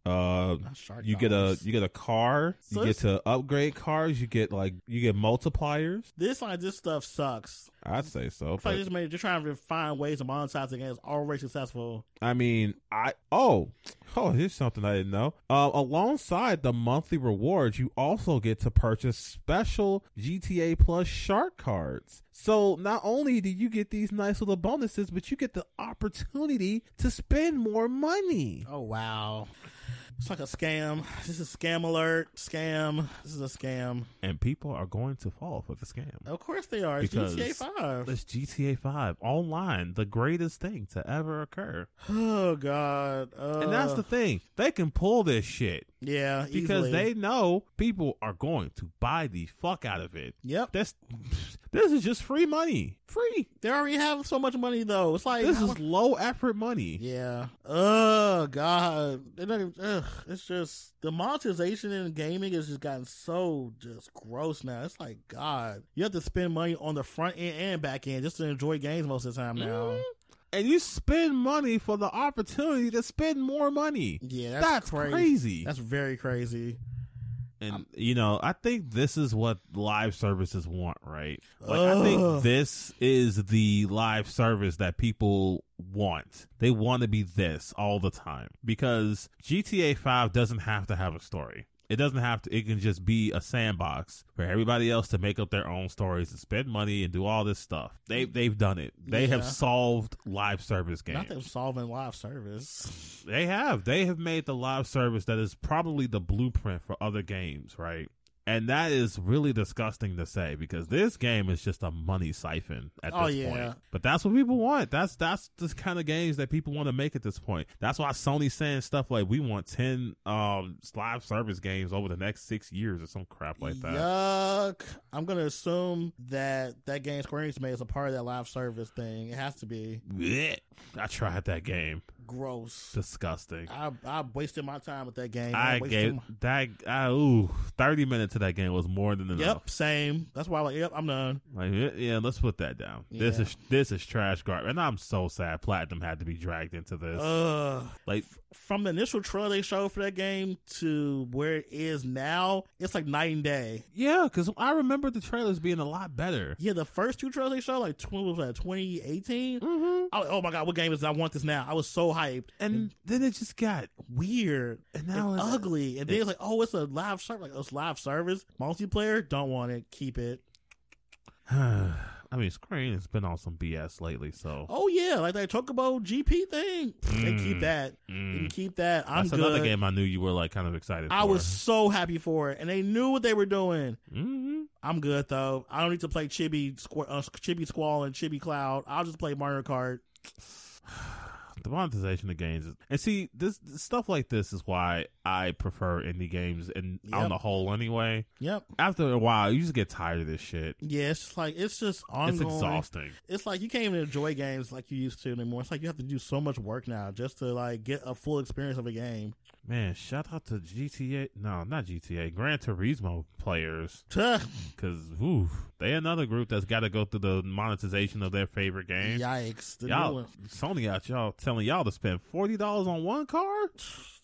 Uh, shark you get a dollars. you get a car. So you get it's- to upgrade cars. You get like you get multipliers. This like this stuff sucks. I'd say so. It's like but- just made just trying to find ways to monetize the game that's already successful. I mean, I oh oh here's something I didn't know. Uh, alongside the monthly rewards, you also get to purchase special GTA Plus Shark cards. So not only do you get these nice little bonuses, but you get the opportunity to spend more money. Oh wow. It's like a scam. This is scam alert. Scam. This is a scam. And people are going to fall for the scam. Of course they are. It's Because- GTA five. It's GTA Five online, the greatest thing to ever occur. Oh god. Uh, And that's the thing; they can pull this shit. Yeah, because easily. they know people are going to buy the fuck out of it. Yep. That's this is just free money. Free. They already have so much money though. It's like This how- is low effort money. Yeah. Oh God. It don't even- ugh. It's just the monetization in gaming has just gotten so just gross now. It's like God, you have to spend money on the front end and back end just to enjoy games most of the time now. Mm-hmm. And you spend money for the opportunity to spend more money. Yeah, that's, that's, crazy. crazy. That's very crazy. and Um, you know, I think this is what live services want, right? Like I think Ugh. this is the live service that people want. They want to be this all the time because GTA 5 doesn't have to have a story. It doesn't have to it can just be a sandbox for everybody else to make up their own stories and spend money and do all this stuff. They they've done it. They have Yeah. solved live service games. Not them solving live service. They have. They have made the live service that is probably the blueprint for other games, right? And that is really disgusting to say because this game is just a money siphon at Oh, this yeah. point. But that's what people want. That's that's the kind of games that people want to make at this point. That's why Sony's saying stuff like we want ten um live service games over the next six years or some crap like that. Yuck! I'm gonna assume that that game Square Enix made is a part of that live service thing. It has to be Blech. I tried that game. gross. Disgusting. I I wasted my time with that game. I, wasted gave my- that I, ooh thirty minutes of that game was more than enough. Yep, same. That's why, like, yep, I'm done. Like yeah, yeah, let's put that down. This Yeah. is this is trash garbage, and I'm so sad. Platinum had to be dragged into this. Uh, like from the initial trailer they showed for that game to where it is now, it's like night and day. yeah, because I remember the trailers being a lot better. Yeah, the first two trailers they showed, like twenty was that 2018. Mm-hmm. I was, oh my god, what game is? This? I want this now. I was so hyped. And then it just got Weird and and now it's- ugly, and then it's like, oh, it's a live service. Like, it's live service multiplayer. Don't want it. Keep it. I mean, Screen has been on some BS lately, so Oh yeah, like that Chocobo GP thing. They keep that. They can keep that. I'm Mm. that's good. another game I knew you were like kind of excited. I for. was so happy for it, and they knew what they were doing. Mhm. I'm good though. I don't need to play Chibi, Squ- uh, Chibi Squall, and Chibi Cloud. I'll just play Mario Kart. the monetization of games is, and see this, this stuff like this is why I prefer indie games and Yep. on the whole anyway. Yep. After a while, you just get tired of this shit. Yeah, it's just like it's just It's ongoing. exhausting. It's like you can't even enjoy games like you used to anymore. It's like you have to do so much work now just to like get a full experience of a game. Man, shout out to GTA. No, not GTA. Gran Turismo players. Tuh. Because, they another group that's got to go through the monetization of their favorite game. Yikes! The new y'all, one. Sony out y'all telling y'all to spend $40 on one car?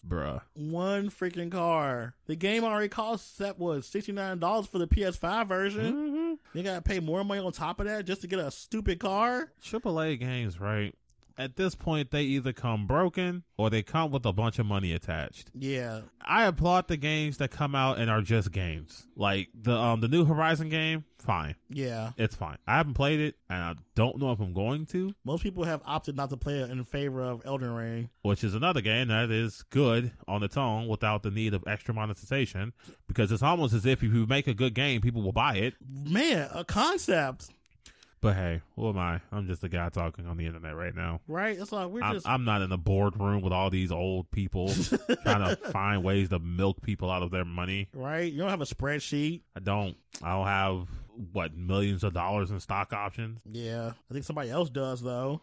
Bruh. one freaking car. The game already cost that was sixty nine dollars for the PS five version. Mm-hmm. You gotta pay more money on top of that just to get a stupid car. AAA games, right? At this point, they either come broken or they come with a bunch of money attached. Yeah, I applaud the games that come out and are just games. Like the um the new Horizon game, fine. yeah. It's fine. I haven't played it and I don't know if I'm going to. Most people have opted not to play it in favor of Elden Ring. which is another game that is good on its own without the need of extra monetization because it's almost as if if you make a good game, people will buy it. Man, a concept, But hey, who am I? I'm just a guy talking on the internet right now. right? It's like we're I'm, just I'm not in a boardroom with all these old people trying to find ways to milk people out of their money. right. You don't have a spreadsheet. I don't. I don't have what millions of dollars in stock options. Yeah, I think somebody else does though.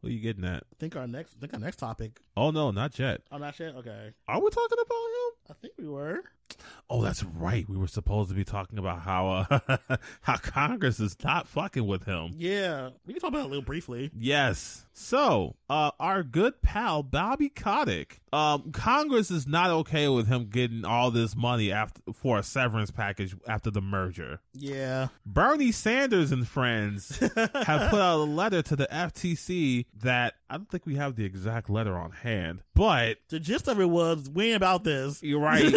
What are you getting at? I think our next, I think our next topic. Oh no, not yet. Oh, not yet. Okay, Are we talking about him? I think we were. Oh, that's right. We were supposed to be talking about how uh, how Congress is not fucking with him. Yeah, we can talk about it a little briefly. Yes. So, uh, our good pal Bobby Kotick, um, Congress is not okay with him getting all this money after for a severance package after the merger. Yeah, Bernie Sanders and friends have put out a letter to the FTC that I don't think we have the exact letter on hand, but the gist of it was we ain't about this. you're right.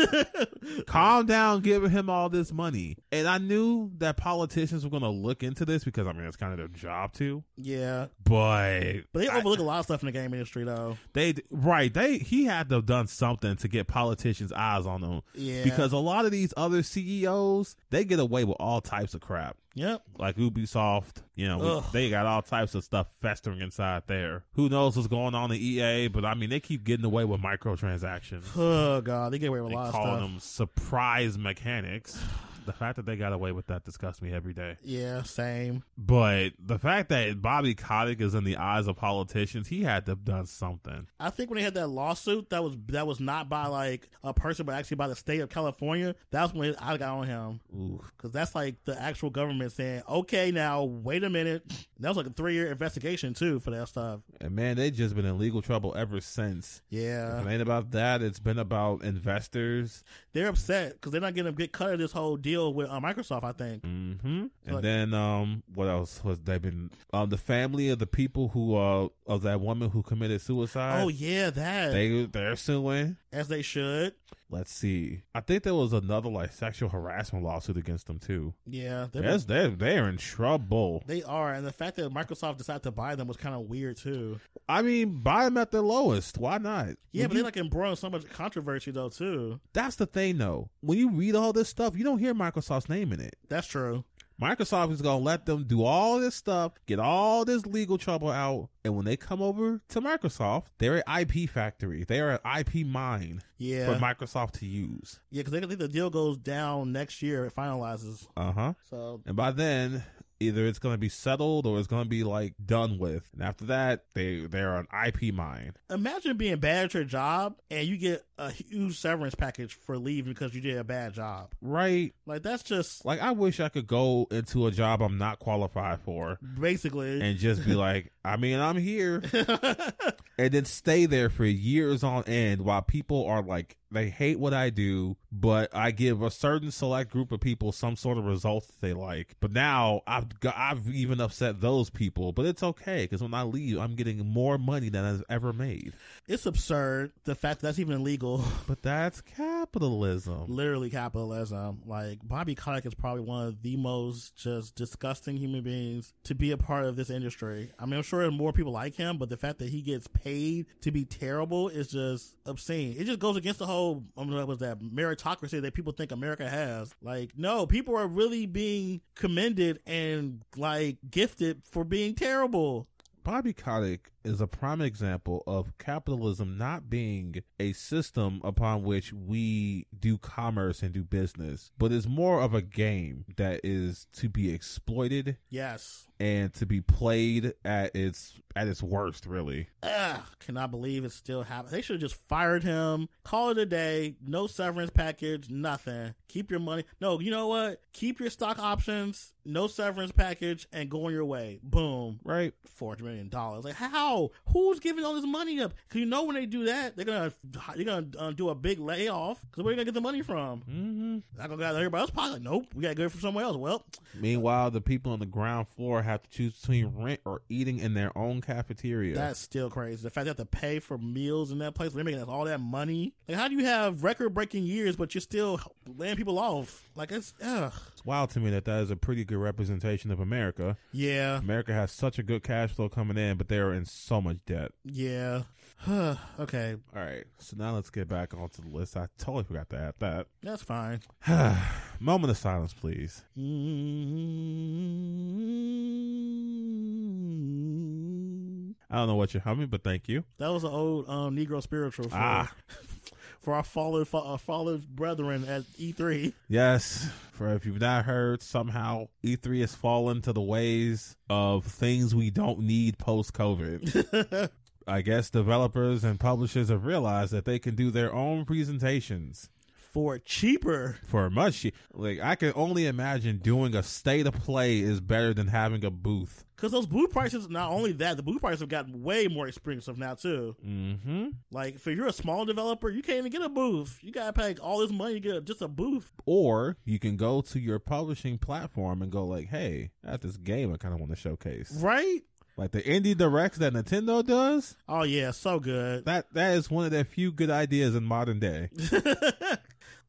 Calm down, giving him all this money. And I knew that politicians were going to look into this because I mean that's kind of their job to. yeah, But But they overlook a lot of stuff in the game industry, though. They right. They he had to have done something to get politicians' eyes on them. Yeah. Because a lot of these other CEOs, they get away with all types of crap. Yep. Like Ubisoft, you know, Ugh. they got all types of stuff festering inside there. Who knows what's going on in EA? But I mean, they keep getting away with microtransactions Oh god, they get away with and a lot calling of stuff. them surprise mechanics. The fact that they got away with that disgusts me every day. Yeah, same. But the fact that Bobby Kotick is in the eyes of politicians, he had to have done something. I think when they had that lawsuit, that was that was not by like a person, but actually by the state of California. That's when I got on him Ooh. because that's like the actual government saying, "Okay, now wait a minute." And that was like a three year investigation too for that stuff. And man, they just been in legal trouble ever since. Yeah, it ain't about that. It's been about investors. they're upset because they're not getting a good cut of this whole deal with uh, Microsoft. I think. Mm-hmm. And Like- then um, what else was they been? Um, the family of the people who uh of that woman who committed suicide. oh yeah, that They they're suing. as they should. Let's see. I think there was another like sexual harassment lawsuit against them too. Yeah, they're Yes, they they're in trouble. They are, and the fact that Microsoft decided to buy them was kind of weird too. I mean, buy them at their lowest. Why not? Yeah, When but they you- like embroiled so much controversy though too. that's the thing though. When you read all this stuff, you don't hear Microsoft's name in it. That's true. Microsoft is gonna let them do all this stuff, get all this legal trouble out, and when they come over to Microsoft, they're an IP factory. They are an IP mine Yeah, for Microsoft to use. yeah, because I think the deal goes down next year. It finalizes. Uh huh. So And by then, either it's gonna be settled or it's gonna be like done with. And after that, they they're an IP mine. imagine being bad at your job and you get a huge severance package for leaving because you did a bad job. Right? Like that's just Like I wish I could go into a job I'm not qualified for basically. and just be like, I mean, I'm here. and then stay there for years on end while people are like They hate what I do, but I give a certain select group of people some sort of results that they like. But now I've got, I've even upset those people, but it's okay because when I leave, I'm getting more money than I've ever made. It's absurd the fact that that's even illegal. But that's capitalism. Literally capitalism. Like Bobby Kotick is probably one of the most just disgusting human beings to be a part of this industry. I mean, I'm sure more people like him, but the fact that he gets paid to be terrible is just obscene. It just goes against the whole I mean, what was that meritocracy that people think America has. Like, no, people are really being commended and like gifted for being terrible. Bobby Kotick is a prime example of capitalism not being a system upon which we do commerce and do business, but is more of a game that is to be exploited Yes. and to be played at its at its worst really Ugh, cannot believe it's still happening. They should have just fired him, call it a day, no severance package, nothing. Keep your money. No, you know what? Keep your stock options, no severance package, and go on your way. Boom. right Four million dollars. Like how? Who's giving all this money up? Cause you know when they do that, they're gonna they're gonna uh, do a big layoff. Cause where are you gonna get the money from? mm-hmm. Not gonna go out of everybody else's pocket. Nope, we gotta go from somewhere else. Well, meanwhile the people on the ground floor have to choose between rent or eating in their own cafeteria That's still crazy. The fact they have to pay for meals in that place, they're making us all that money. Like, how do you have record breaking years, but you're still laying people off? Like, it's, ugh. it's wild to me that that is a pretty good representation of america Yeah, america has such a good cash flow coming in but they're in so much debt yeah. okay, all right so now let's get back onto the list i totally forgot to add that that's fine. moment of silence please i don't know what you're humming but thank you That was an old um, Negro spiritual for, Ah. for our fallen, fa- our fallen brethren at E E3. Yes, for if you've not heard, somehow E E3 has fallen to the ways of things we don't need post COVID. I guess developers and publishers have realized that they can do their own presentations For cheaper. for much. che- Like, I can only imagine doing a state of play is better than having a booth. Because those blue prices, not only that, the blue prices have gotten way more expensive now, too. Mm-hmm. Like, if you're a small developer, you can't even get a booth. You gotta pay all this money to get a, just a booth. Or you can go to your publishing platform and go like, "Hey, I got this game I kind of want to showcase." Right? Like the indie directs that Nintendo does. Oh yeah, so good. That that is one of their few good ideas in modern day.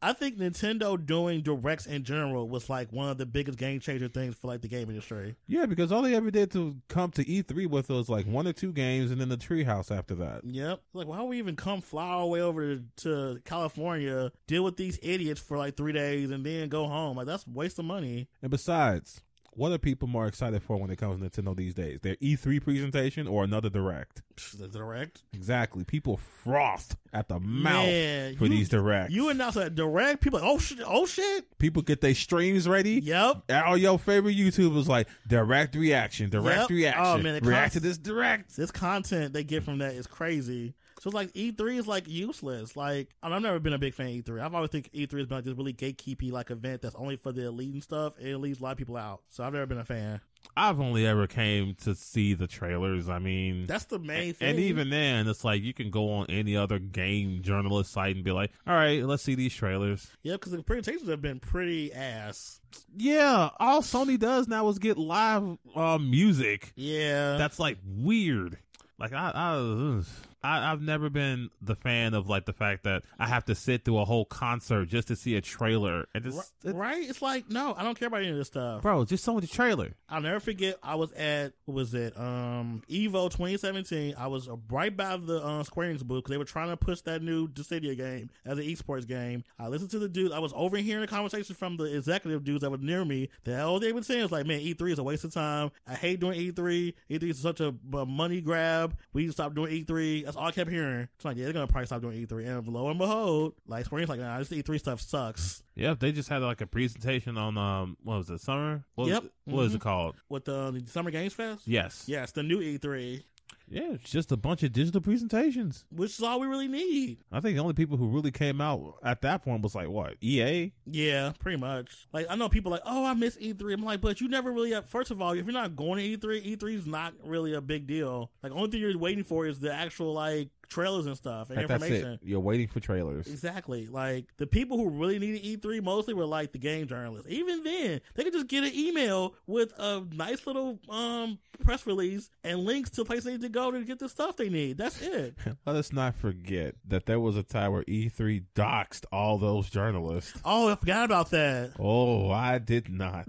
I think Nintendo doing directs in general was like one of the biggest game changer things for like the game industry. yeah, because all they ever did to come to E3 with was like one or two games, and then the treehouse after that. Yep. Like, why would we even come fly all the way over to, to California, deal with these idiots for like three days, and then go home? Like, that's a waste of money. And besides, what are people more excited for when it comes to Nintendo these days? Their E3 presentation or another direct? Psh, The direct Exactly. People froth at the mouth Man, for you- these directs. You announce a direct, people like, oh shit, oh shit. people get their streams ready. Yep. All your favorite YouTubers like direct reaction, direct Yep. reaction, Oh, man, the react cons- to this direct. This content they get from that is crazy. So it's like E3 is like useless. Like I mean, I've never been a big fan of E3. I've always think E E3 has been like this really gatekeepy like event that's only for the elite and stuff. and It leaves a lot of people out. So I've never been a fan. I've only ever came to see the trailers. I mean, That's the main thing. And even then, it's like you can go on any other game journalist site and be like, "All right, let's see these trailers." yeah, because the presentations have been pretty ass. Yeah, all Sony does now is get live uh, music. Yeah, That's like weird. Like I, I, ugh. I, I've never been the fan of like the fact that I have to sit through a whole concert just to see a trailer. And just, Ri- right. It's like no, I don't care about any of this stuff. bro, just so the trailer. I'll never forget. I was at what was it? Um, Evo 2017. I was uh, right by the uh, Square Enix booth 'cause they were trying to push that new Dissidia game as an esports game. I listened to the dude. I was overhearing a conversation from the executive dudes that were near me. The hell they were saying was like, "Man, E3 is a waste of time. I hate doing E E3. E3 is such a, uh money grab. We need to stop doing E3." That's all I kept hearing. It's like, yeah, they're gonna probably stop doing E3. And lo and behold, like Square Enix, like, nah, this E3 stuff sucks. Yep, they just had like a presentation on um, what was it, summer? What Yep. Mm-hmm. Was, what is it called? With uh, the Summer Games Fest. Yes. Yes, the new E E3, Yeah, it's just a bunch of digital presentations. which is all we really need. I think the only people who really came out at that point was like what E EA. Yeah, pretty much. Like I know people like, oh, I miss E3. I'm like, but you never really. Have, first of all, if you're E not going to E3, E3 is not really a big deal. Like only thing you're waiting for is the actual like trailers and stuff and Like, that's information. it. You're waiting for trailers. Exactly. Like the people who really needed E3 mostly were like the game journalists. Even then, they could just get an email with a nice little um press release and links to places they need to go to get the stuff they need. That's it. Let us not forget that there was a time where E3 doxed all those journalists. oh, I forgot about that. Oh, I did not.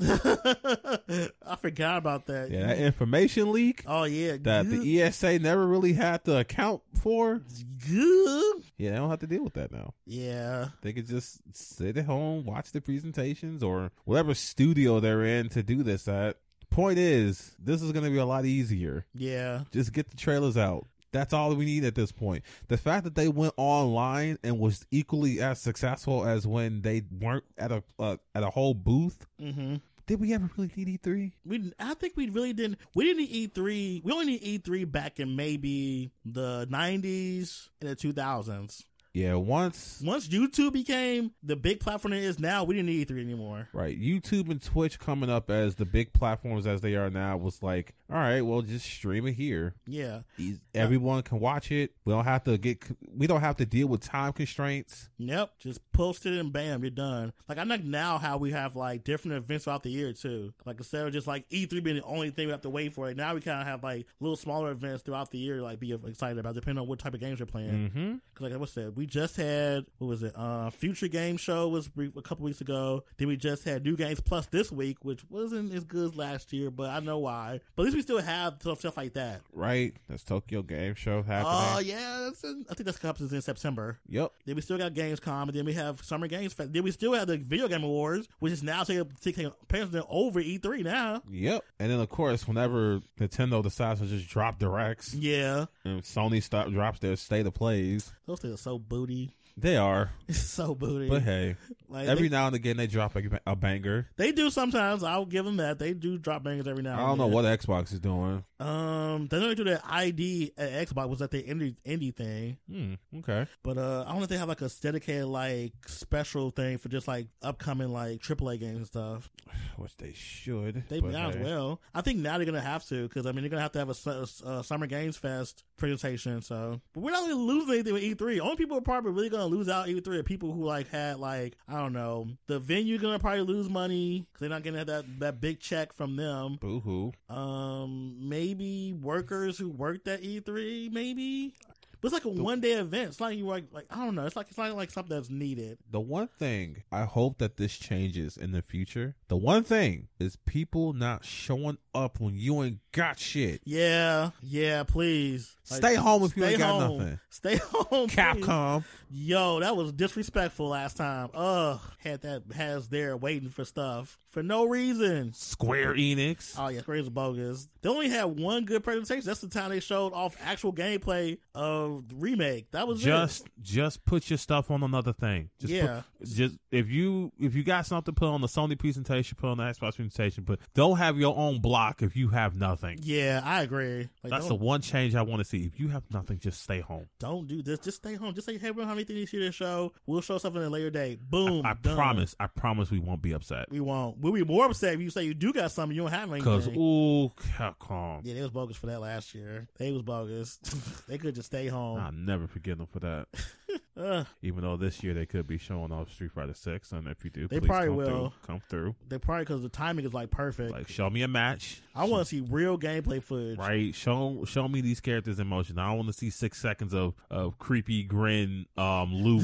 I forgot about that. Yeah, that information leak Oh yeah. that the E ESA never really had to account for. good. Yeah, they don't have to deal with that now. Yeah. They could just sit at home, watch the presentations or whatever studio they're in to do this at. Point is, this is going to be a lot easier. Yeah. Just get the trailers out. That's all we need at this point. The fact that they went online and was equally as successful as when they weren't at a uh, at a whole booth. Mm-hmm. Did we ever really need E three? We, I think we really didn't. We didn't need E three. We only need E three back in maybe the nineties and the two thousands. Yeah, once Once YouTube became the big platform it is now, we didn't need E three anymore. Right. YouTube and Twitch coming up as the big platforms as they are now was like, all right, well, just stream it here. Yeah, Eas- Everyone can watch it. We don't have to get, we don't have to deal with time constraints. yep. Just post it and bam, you're done. Like I like now how we have like different events throughout the year too. Like instead of just like E three being the only thing we have to wait for, it now we kind of have like little smaller events throughout the year. Like be excited about depending on what type of games you're playing. Mm-hmm. Cause like I said, we just had what was it? Uh, Future Game Show was brief, a couple weeks ago. Then we just had New Games Plus this week, which wasn't as good as last year, but I know why. But at least we still have stuff, stuff like that. Right. That's Tokyo Game Show happening. Oh yeah, that's in, I think that's comes in September. Yep. Then we still got Gamescom, and then we have Summer Games Fest. Then we still have the Video Game Awards, which is now taking taking precedent over E3 now. Yep. And then, of course, whenever Nintendo decides to just drop directs Yeah, and Sony stop, drops their state of plays, those things are so booty, they are. so booty. But hey, like every they, now and again, they drop a, a banger. they do sometimes. I'll give them that. They do drop bangers every now. I and don't know then. what Xbox is doing. Um, they know they do that ID at Xbox was at the indie indie thing, Hmm. Okay. but uh, I don't know if they have like a dedicated like special thing for just like upcoming like AAA games and stuff. Which they should. They but might as hey. well. I think now they're gonna have to because I mean they're gonna have to have a, su- uh summer games fest presentation. So, but we're not gonna lose anything with E three. Only people who are probably really gonna lose out E three are people who like had like I don't know the venue gonna probably lose money because they're not gonna have that that big check from them. Boo hoo. um maybe workers who worked at E3 maybe but it's like a one day event it's like you like like I don't know it's like it's not like something that's needed The one thing I hope that this changes in the future, the one thing is people not showing up when you ain't got shit. yeah yeah please Like, Stay home if you stay ain't got home. nothing. stay home please. Capcom. yo that was disrespectful last time ugh had that has there waiting for stuff for no reason Square Enix. Oh yeah, crazy bogus. They only had one good presentation. That's the time they showed off actual gameplay of remake. That was it. Just just put your stuff on another thing. Just Yeah. put- just if you if you got something put on the Sony presentation, put on the Xbox presentation, but don't have your own block if you have nothing. yeah, I agree. Like, That's don't- the one change I want to see. If you have nothing, just stay home. don't do this. Just stay home. Just say, hey, we don't have anything to see this show. We'll show something at a later date. Boom. I done. promise. I promise we won't be upset. We won't. We'll be more upset if you say you do got something you don't have Cause anything. ooh, Capcom. Yeah, they was bogus for that last year. They was bogus. they could just stay home. I'll never forgive them for that. Ugh, Even though this year they could be showing off Street Fighter Six, and if you do, They please probably come will. Through, come through. they probably because the timing is like perfect. Like, show me a match, I want to see real gameplay footage. right? Show show me these characters in motion. I don't want to see six seconds of of creepy grin, um, loop.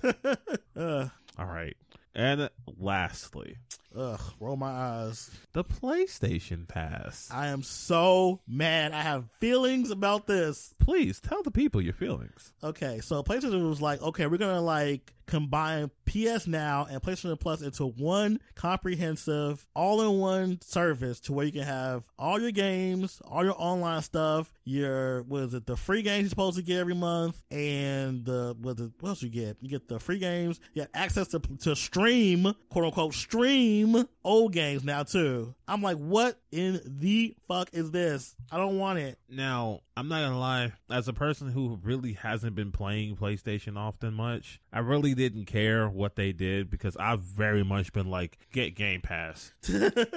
Ugh, All right, and lastly, ugh, roll my eyes. the PlayStation Pass. I am so mad. I have feelings about this. please tell the people your feelings. Okay, so PlayStation was like, okay, we're gonna like combine PS Now and PlayStation Plus into one comprehensive, all-in-one service to where you can have all your games, all your online stuff, your what is it, the free games you're supposed to get every month, and the what, the, what else you get? You get the free games, you get access to to stream, quote unquote, stream same old games now too. I'm like, what in the fuck is this? I don't want it. Now, I'm not gonna lie, as a person who really hasn't been playing PlayStation often much, I really didn't care what they did because I've very much been like, get Game Pass.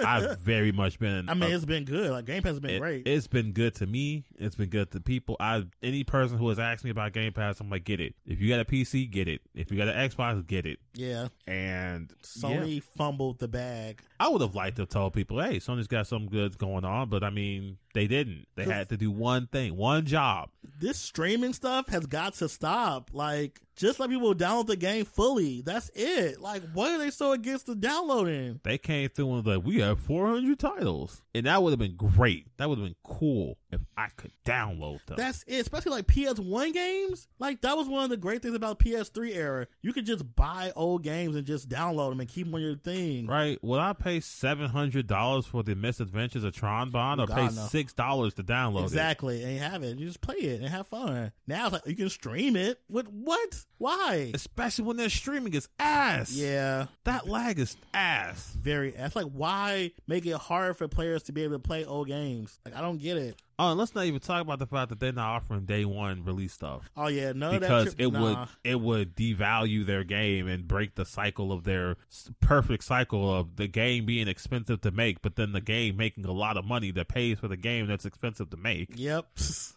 I've very much been I mean, a- it's been good. Like Game Pass has been Uh, it, great. has been good to me. It's been good to people. I any person who has asked me about Game Pass, I'm like, get it. If you got a PC, get it. If you got an Xbox, get it. yeah, And yeah. Sony fumbled the bag. I would have liked to have told people, hey, Sony's got some goods going on, but I mean, they didn't. They had to do one thing, one job. This streaming stuff has got to stop. Like, just let people download the game fully. That's it. Like, what are they so against the downloading? They came through and was like, we have 400 titles. And that would have been great. That would have been cool if I could download them. That's it. Especially like PS1 games. Like that was one of the great things about PS3 era. You could just buy old games and just download them and keep them on your thing. Right? Would I pay seven hundred dollars for the Misadventures of Tron Bond, or pay God, no. six dollars to download it? Exactly. And you have it. You just play it and have fun. Now it's like you can stream it. With what? Why? Especially when they're streaming is ass. Yeah. that lag is ass. Very that's like why make it hard for players to be able to play old games? Like I don't get it. Oh, and let's not even talk about the fact that they're not offering day one release stuff Oh yeah, no because that it nah. would it would devalue their game and break the cycle of their s- perfect cycle of the game being expensive to make, but then the game making a lot of money that pays for the game that's expensive to make. Yep.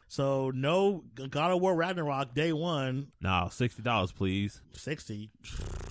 So no God of War Ragnarok day one, Now sixty dollars, please. sixty.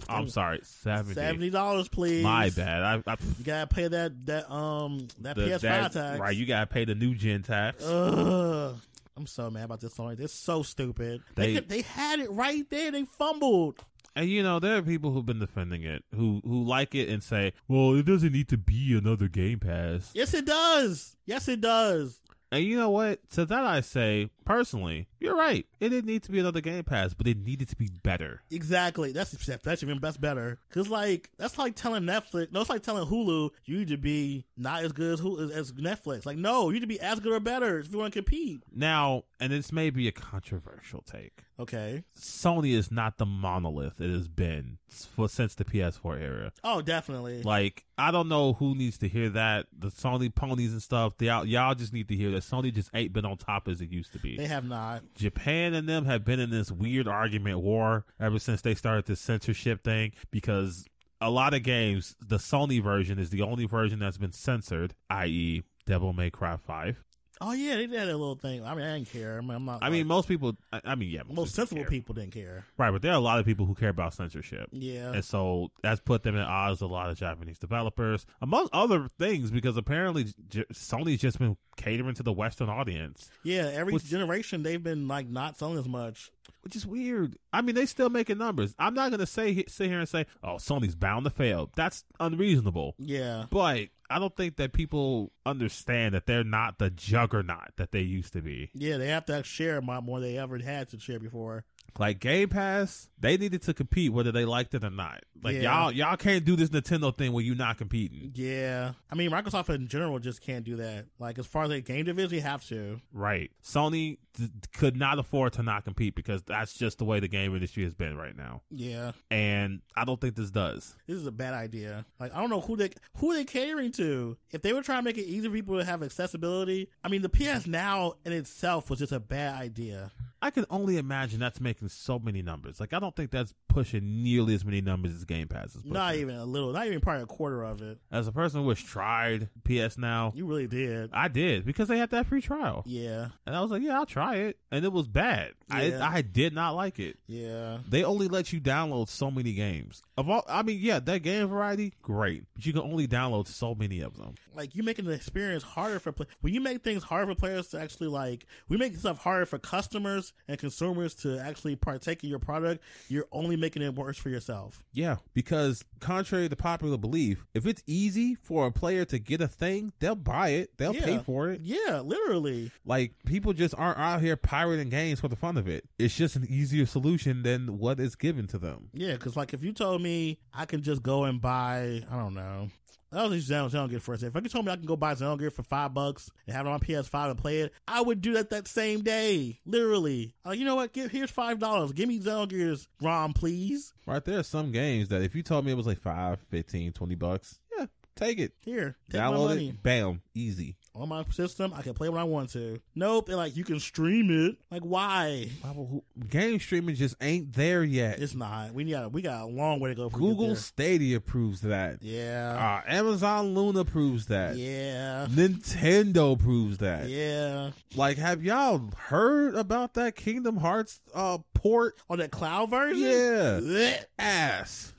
I'm sorry, Seventy dollars, please. My bad. I, I You gotta pay that that um that the- PS5 that- tax. Right, you gotta pay the new gen tax. Ugh. I'm so mad about this Sony. They're so stupid. They They- could, they had it right there. They fumbled. and you know, there are people who've been defending it who who like it and say, Well, it doesn't need to be another Game Pass. Yes, it does. Yes, it does. And you know what? To that I say, personally, you're right. It didn't need to be another Game Pass, but it needed to be better. Exactly. That's that's even that's better. Cause like that's like telling Netflix. No, it's like telling Hulu you need to be not as good as Hulu, as Netflix. Like no, you need to be as good or better if you want to compete. Now, and this may be a controversial take. Okay. Sony is not the monolith it has been for since the PS4 era. Oh, definitely. Like, I don't know who needs to hear that. The Sony ponies and stuff. They, all y'all just need to hear that Sony just ain't been on top as it used to be. they have not. Japan and them have been in this weird argument war ever since they started this censorship thing because a lot of games, the Sony version is the only version that's been censored, i.e., Devil May Cry 5. Oh yeah, they did that little thing. I mean, I didn't care. I mean, I'm not. I mean, like- most people, I, I mean, yeah, most sensible care. people didn't care. Right, but there are a lot of people who care about censorship. Yeah. And so that's put them at odds with a lot of Japanese developers, among other things, because apparently J- Sony's just been catering to the Western audience, Yeah, every Which- generation they've been like not selling as much. which is weird. I mean, they still making numbers. I'm not gonna say sit here and say, "Oh, Sony's bound to fail." That's unreasonable. Yeah. But I don't think that people understand that they're not the juggernaut that they used to be. Yeah, they have to share a lot more than they ever had to share before. Like Game Pass, they needed to compete whether they liked it or not. Like Yeah. y'all, y'all can't do this Nintendo thing where you're not competing. Yeah. I mean Microsoft in general just can't do that. Like as far as their game division, you have to. Right. Sony d- could not afford to not compete because that's just the way the game industry has been right now. Yeah. And I don't think this does. This is a bad idea. Like I don't know who they who they catering to. If they were trying to make it easy for people to have accessibility, I mean the PS Now in itself was just a bad idea. I can only imagine that's making so many numbers. Like I don't think that's pushing nearly as many numbers as Game Pass is pushing. Not even a little, not even probably a quarter of it. As a person who has tried PS Now, You really did. I did because they had that free trial, Yeah. and I was like, "Yeah, I'll try it," and it was bad. Yeah. I I did not like it. Yeah. They only let you download so many games. Of all, I mean, yeah, that game variety, great, but you can only download so many of them. like you making the experience harder for pla- when you make things harder for players to actually like we make stuff harder for customers and consumers to actually partake in your product you're only making it worse for yourself Yeah, because contrary to popular belief, if it's easy for a player to get a thing, they'll buy it, they'll pay Yeah. for it. yeah literally Like people just aren't out here pirating games for the fun of it. It's just an easier solution than what is given to them. yeah because like if you told me i can just go and buy i don't know that was just Xenon Xenon Gear for a second. If you told me I can go buy Xenon Gear for five bucks and have it on PS5 and play it, I would do that that same day. Literally. I'm Like, you know what? Give, here's $5. Give me Xenon Gear's ROM, please. Right there are some games that if you told me it was like 5, 15, 20 bucks, yeah, Take it. Here, take my Download money it. Bam. Easy. on my system. I can play when I want to. Nope. They're like, you can stream it. Like, why? Why would who- Game streaming just ain't there yet. It's not. We got we got a long way to go. For Google Stadia proves that. Yeah. Uh, Amazon Luna proves that. yeah. Nintendo proves that. Yeah. Like, have y'all heard about that Kingdom Hearts uh port? On that cloud version. Yeah. Blech. Ass.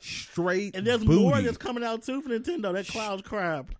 Straight. And there's booty. more that's coming out too for Nintendo. That cloud crap.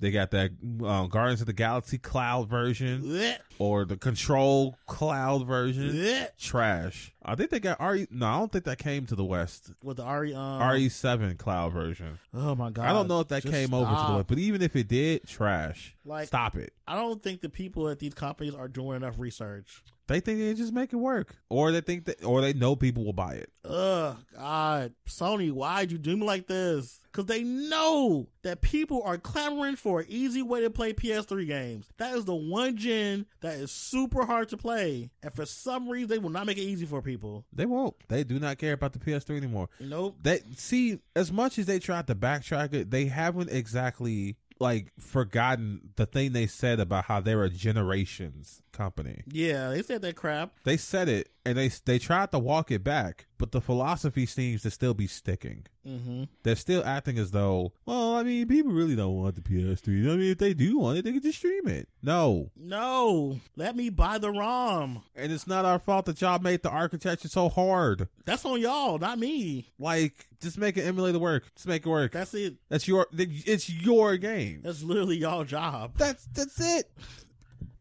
They got that uh, Guardians of the Galaxy cloud version Blech. or the Control cloud version. Blech. Trash. I think they got RE. No, I don't think that came to the West. With the RE. Um, RE7 cloud version. Oh my god. I don't know if that Just came over to the stop. West, but even if it did, trash. Like- Stop it. I don't think the people at these companies are doing enough research. They think they just make it work, or they think that, or they know people will buy it. Ugh, God, Sony, why'd you do me like this? Because they know that people are clamoring for an easy way to play PS3 games. That is the one gen that is super hard to play, and for some reason they will not make it easy for people. They won't. They do not care about the PS3 anymore. Nope. They see as much as they tried to backtrack it, they haven't exactly like forgotten the thing they said about how they're a generations company. Yeah, they said that crap. They said it, and they they tried to walk it back, but the philosophy seems to still be sticking. Mm-hmm. They're still acting as though, well, I mean, people really don't want the PS3. I mean, if they do want it, they can just stream it. No, No, let me buy the ROM. and it's not our fault that y'all made the architecture so hard. That's on y'all, not me. Like, just make an emulator work. Just make it work. That's it. That's your. th- It's your game. That's literally y'all job. That's that's it.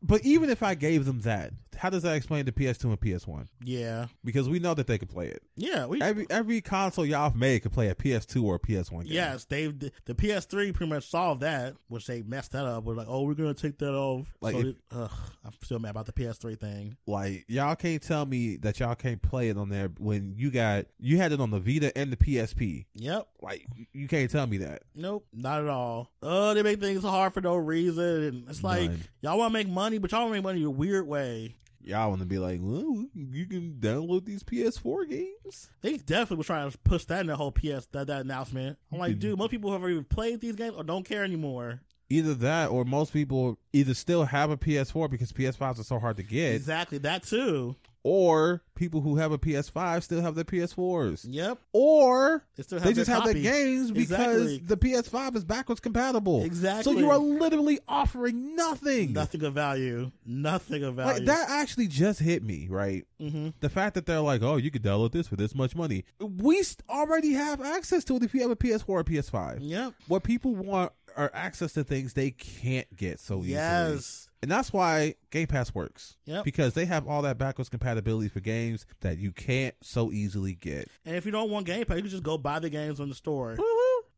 But even if I gave them that, how does that explain the PS2 and PS1? Yeah, Because we know that they can play it. yeah. We Every every console y'all have made can play a PS2 or a PS1 game. Yes, they've the PS3 pretty much solved that, which they messed that up. We're like, oh, we're gonna take that off. Like, so if- it- ugh, I'm still mad about the PS3 thing. Like y'all can't tell me that y'all can't play it on there when you got you had it on the Vita and the PSP. Yep, Like you can't tell me that. nope, not at all. Oh, they make things hard for no reason. And it's like None. y'all want to make money, but y'all want to make money a weird way. Y'all want to be like, well, you can download these PS4 games. They definitely were trying to push that in the whole PS that, that announcement. I'm like, Mhm. dude, most people have already played these games or don't care anymore. Either that, or most people either still have a PS4 because PS5s are so hard to get, Exactly that too. or people who have a PS5 still have their PS4s, Yep, or they still have they just their have their copy. games because Exactly. the PS5 is backwards compatible. Exactly. So you are literally offering nothing. Nothing of value. Nothing of value. Like that actually just hit me right. Mm-hmm. The fact that they're like, oh, you could download this for this much money. We st- already have access to it if you have a PS4 or PS5. Yep. What people want are access to things they can't get so easily. Yes. And that's why Game Pass works. Yep. Because they have all that backwards compatibility for games that you can't so easily get. And if you don't want Game Pass, you can just go buy the games on the store.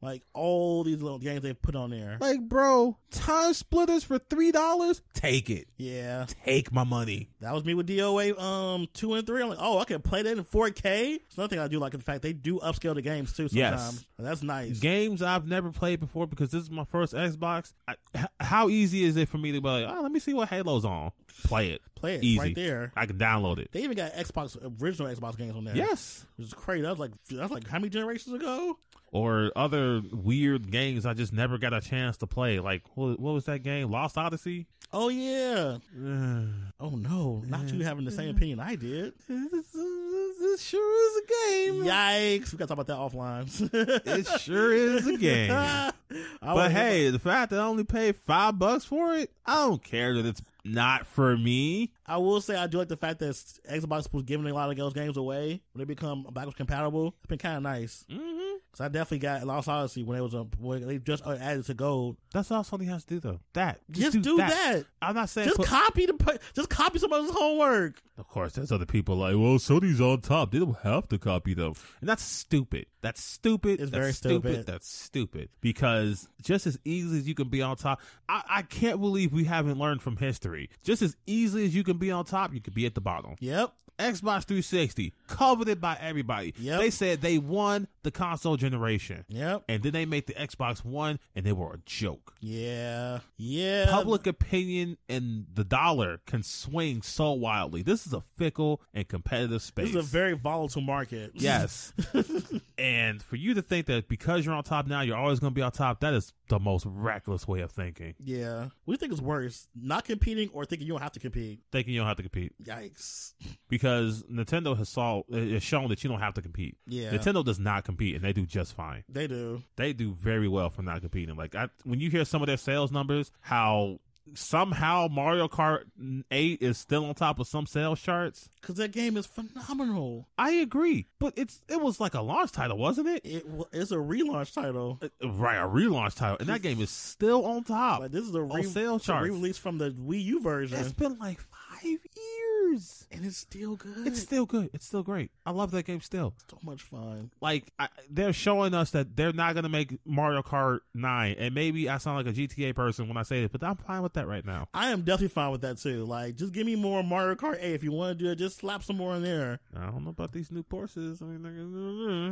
Like all these little games they've put on there. Like, bro, time splitters for $3? Take it. Yeah. Take my money. That was me with DOA um two and three. I'm like, oh, I can play that in 4K. It's another thing I do like the fact they do upscale the games too Yes. sometimes. And that's nice. Games I've never played before because this is my first Xbox. I, h- how easy is it for me to be like, oh, let me see what Halo's on? Play it. play it Easy. right there. I can download it. They even got Xbox original Xbox games on there. Yes. Which is crazy. That was like that's like how many generations ago? Or other weird games I just never got a chance to play. Like, what, what was that game? Lost Odyssey? Oh yeah. Oh no. Not you having the same opinion I did. This, this sure is a game. Yikes. We gotta talk about that offline. It sure is a game. I but was- hey, the fact that I only paid five bucks for it, I don't care that it's not for me. I will say I do like the fact that Xbox was giving a lot of those games away when they become backwards compatible. It's been kind of nice Mm-hmm. because I definitely got Lost Odyssey when it was a, when they just added to gold. That's all Sony has to do, though. That Just, do, that. I'm not saying. Just put- copy the pu- just copy somebody's homework. of course, there's other people like, well, Sony's on top. They don't have to copy them, and that's stupid. That's stupid. that's It's very stupid. That's stupid because just as easily as you can be on top, I, I can't believe we haven't learned from history. Just as easily as you can be on top, you could be at the bottom. Yep, Xbox 360, coveted by everybody. Yep. They said they won the console generation. Yep. And then they made the Xbox One, and they were a joke. Yeah. Yeah. Public opinion and the dollar can swing so wildly. This is a fickle and competitive space. This is a very volatile market. Yes. and for you to think that because you're on top now, you're always going to be on top, that is the most reckless way of thinking. yeah. What do you think is worse? Not competing or thinking you don't have to compete? Thinking you don't have to compete Yikes. because Nintendo has saw has shown that you don't have to compete. Yeah. Nintendo does not compete, and they do just fine. They do. They do very well for not competing. Like I, when you hear some of their sales numbers, how somehow Mario Kart Eight is still on top of some sales charts. Because that game is phenomenal. I agree, but it's it was like a launch title, wasn't it? It wa- It's a relaunch title. Uh, Right, a relaunch title, and that game is still on top. Like, this is a, on re- sales it's a charts. re-release from the Wii U version. It's been like five years. and it's still good. It's still good. It's still great. I love that game still. so much fun. like I, they're showing us that they're not going to make Mario Kart 9 and maybe I sound like a GTA person when I say this but I'm fine with that right now. I am definitely fine with that too. Like, just give me more Mario Kart 8 if you want to do it. Just slap some more in there. I don't know about these new courses. I mean, they're-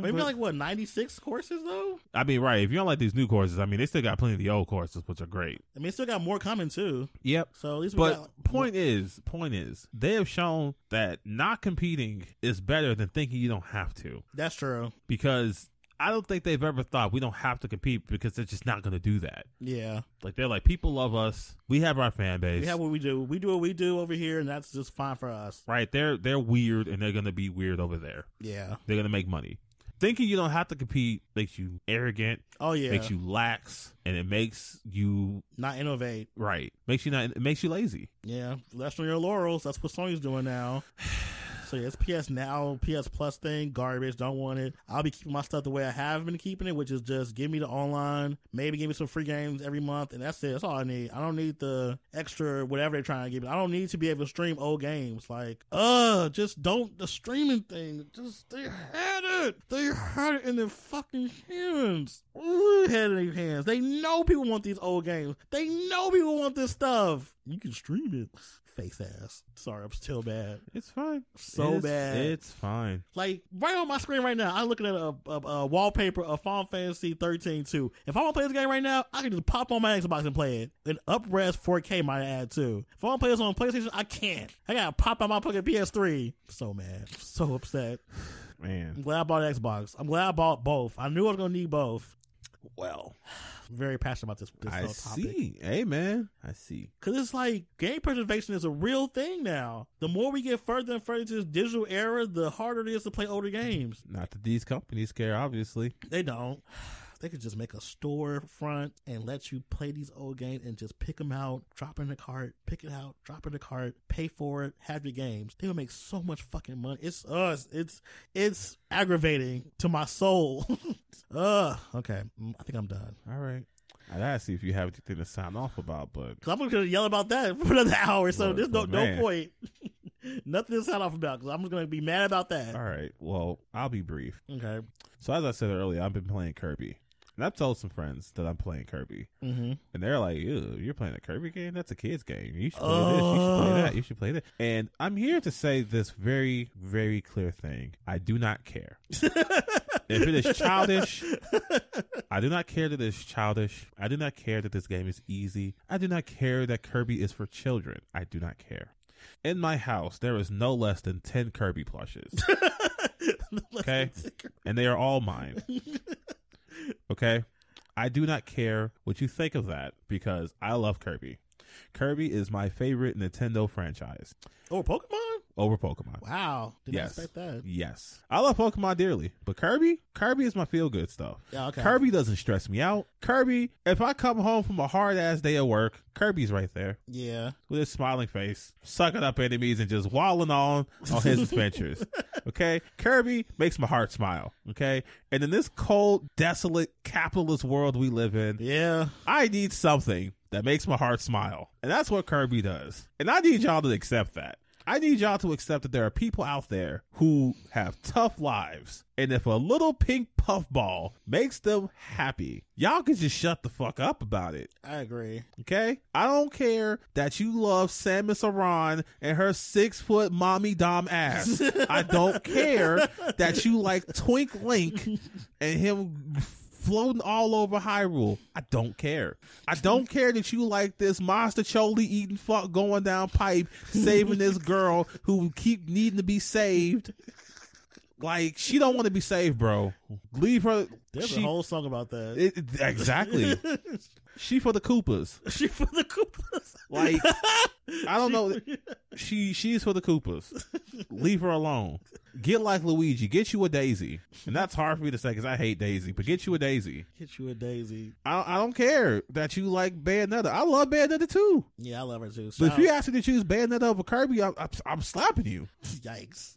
Maybe but- like what ninety six courses though. I mean, right. If you don't like these new courses, I mean, they still got plenty of the old courses, which are great. I mean, still got more coming too. Yep. So at least we But got point is, point is, they have shown that not competing is better than thinking you don't have to. That's true. Because I don't think they've ever thought we don't have to compete because they're just not going to do that. Yeah, Like they're like people love us. We have our fan base. we have what we do. We do what we do over here, and that's just fine for us. right? They're they're weird and they're gonna be weird over there. Yeah. They're gonna make money. Thinking you don't have to compete makes you arrogant, Oh yeah. makes you lax, and it makes you not innovate. right. Makes you not. It makes you lazy. Yeah, rest on your laurels. That's what Sony's doing now. So yeah, it's PS Now, PS Plus thing, garbage. Don't want it. I'll be keeping my stuff the way I have been keeping it, which is just give me the online, maybe give me some free games every month, and that's it. That's all I need. I don't need the extra whatever they're trying to give me. I don't need to be able to stream old games. Like, uh, just don't the streaming thing. Just they had it. They had it in their fucking hands. Ooh, had it in their hands. They know people want these old games. They know people want this stuff. You can stream it. Face ass. Sorry, I'm still bad It's fine. So It's- bad. It's fine. like right on my screen right now, I'm looking at a, a, a wallpaper of Final Fantasy 13 too. If I want to play this game right now, I can just pop on my Xbox and play it. An upres 4K might add too. If I want to play this on PlayStation, I can't. I gotta pop out my fucking PS3. So mad, so upset. I'm Man. glad I bought Xbox. I'm glad I bought both. I knew I was gonna need both. Well, Very passionate about this this I whole topic. see. Hey, man. I see. Cause it's like game preservation is a real thing now. The more we get further and further into this digital era, the harder it is to play older games. Not that these companies care, obviously. They don't. They could just make a storefront and let you play these old games and just pick them out, drop it in the cart, pick it out, drop it in the cart, pay for it, have your games. They would make so much fucking money. It's us. It's it's aggravating to my soul. Ugh. Okay. Mm, I think I'm done. All right. I gotta see if you have anything to sign off about, but Cause I'm gonna yell about that for another hour. So Well, there's no well, no oh, man. point. Nothing to sign off about. Cause I'm just gonna be mad about that. all right. Well, I'll be brief. Okay. So as I said earlier, I've been playing Kirby, and I've told some friends that I'm playing Kirby. Mm-hmm. And they're like, Ew, you're playing a Kirby game? That's a kid's game. You should play this. You should play that. You should play that. And I'm here to say this very, very clear thing. I do not care. if it is childish, I do not care that it's childish. I do not care that this game is easy. I do not care that Kirby is for children. I do not care. In my house, there is no less than 10 Kirby plushes, Okay. and they are all mine. Okay? I do not care what you think of that because I love Kirby. Kirby is my favorite Nintendo franchise Or Oh, Pokemon. over Pokemon. Wow. Didn't Yes. expect that. Yes. I love Pokemon dearly, but Kirby, Kirby is my feel good stuff. Yeah, okay. Kirby doesn't stress me out. Kirby, if I come home from a hard ass day at work, Kirby's right there Yeah. with his smiling face, sucking up enemies and just walling on on his adventures. Okay? Kirby makes my heart smile. Okay? And in this cold, desolate, capitalist world we live in, Yeah. I need something that makes my heart smile. And that's what Kirby does. And I need y'all to accept that. I need y'all to accept that there are people out there who have tough lives, and if a little pink puffball makes them happy, y'all can just shut the fuck up about it. I agree. Okay? I don't care that you love Samus Aran and her six foot mommy dom ass. I don't care that you like Twink Link and him floating all over Hyrule. I don't care. I don't care that you like this monster Choli eating fuck going down pipe, saving this girl who keep needing to be saved. Like she don't want to be saved, bro. Leave her. There's she- a whole song about that. it- it- exactly. she for the Koopas. she for the Koopas. Like I don't know. She she's for the Koopas. Leave her alone. Get like Luigi. Get you a Daisy, and that's hard for me to say because I hate Daisy. But get you a Daisy. Hit you a daisy. I, I don't care that you like Bayonetta. I love Bayonetta too. Yeah, I love her too. But if Shout- you ask me to choose Bayonetta over Kirby, I, I, I'm slapping you. yikes.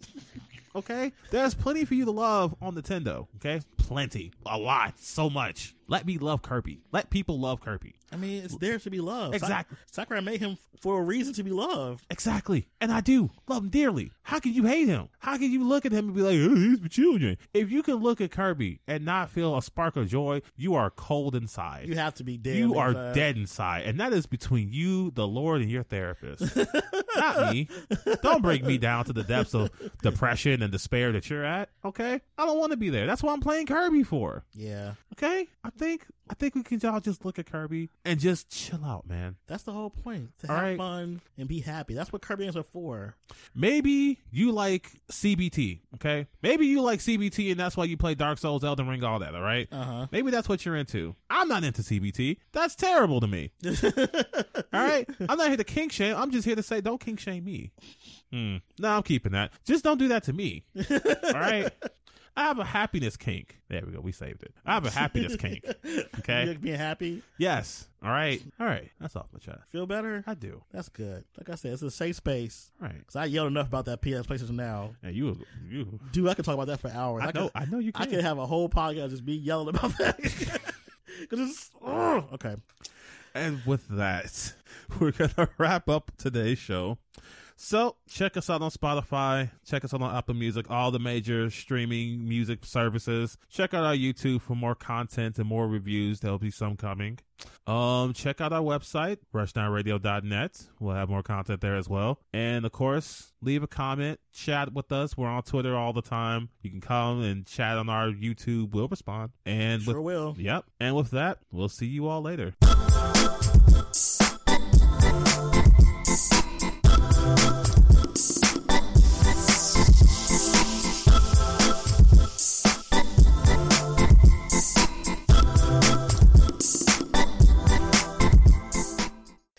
Okay, there's plenty for you to love on Nintendo. Okay, plenty, a lot, so much. Let me love Kirby. Let people love Kirby. I mean, it's there to be loved. Sak- Exactly. Sakurai made him for a reason to be loved. Exactly. And I do love him dearly. How can you hate him? How can you look at him and be like, oh, he's for children? If you can look at Kirby and not feel a spark of joy, you are cold inside. You have to be dead. You are inside. dead inside. And that is between you, the Lord, and your therapist. not me. Don't bring me down to the depths of depression and despair that you're at. Okay? I don't want to be there. That's what I'm playing Kirby for. Yeah. Okay? I think I think we can all just look at Kirby and just chill out, man. That's the whole point. To All have right. fun and be happy. That's what Kirby games are for. Maybe you like CBT, okay? Maybe you like CBT and that's why you play Dark Souls, Elden Ring, all that, all right? Uh Maybe that's what you're into. I'm not into CBT. That's terrible to me. huh. All right? I'm not here to kink shame. I'm just here to say don't kink shame me. Hmm. No, I'm keeping that. Just don't do that to me. All right? I have a happiness kink. There we go. We saved it. I have a happiness kink. Okay. You're being happy. Yes. All right. All right. That's off my chest. Feel better. I do. That's good. Like I said, it's a safe space. All right. Cause I yelled enough about that PS PlayStation now. Yeah, you, you. Dude, I could talk about that for hours. I, know. Could, I know you can. I could have a whole podcast just be yelling about that. Cause it's ugh. okay. And with that, we're going to wrap up today's show. So check us out on Spotify, check us out on Apple Music, all the major streaming music services. Check out our YouTube for more content and more reviews. There'll be some coming. Um, check out our website, rushdownradio.net. We'll have more content there as well. And of course, leave a comment, chat with us. We're on Twitter all the time. You can come and chat on our YouTube. We'll respond. And Sure with, will. yep. And with that, we'll see you all later.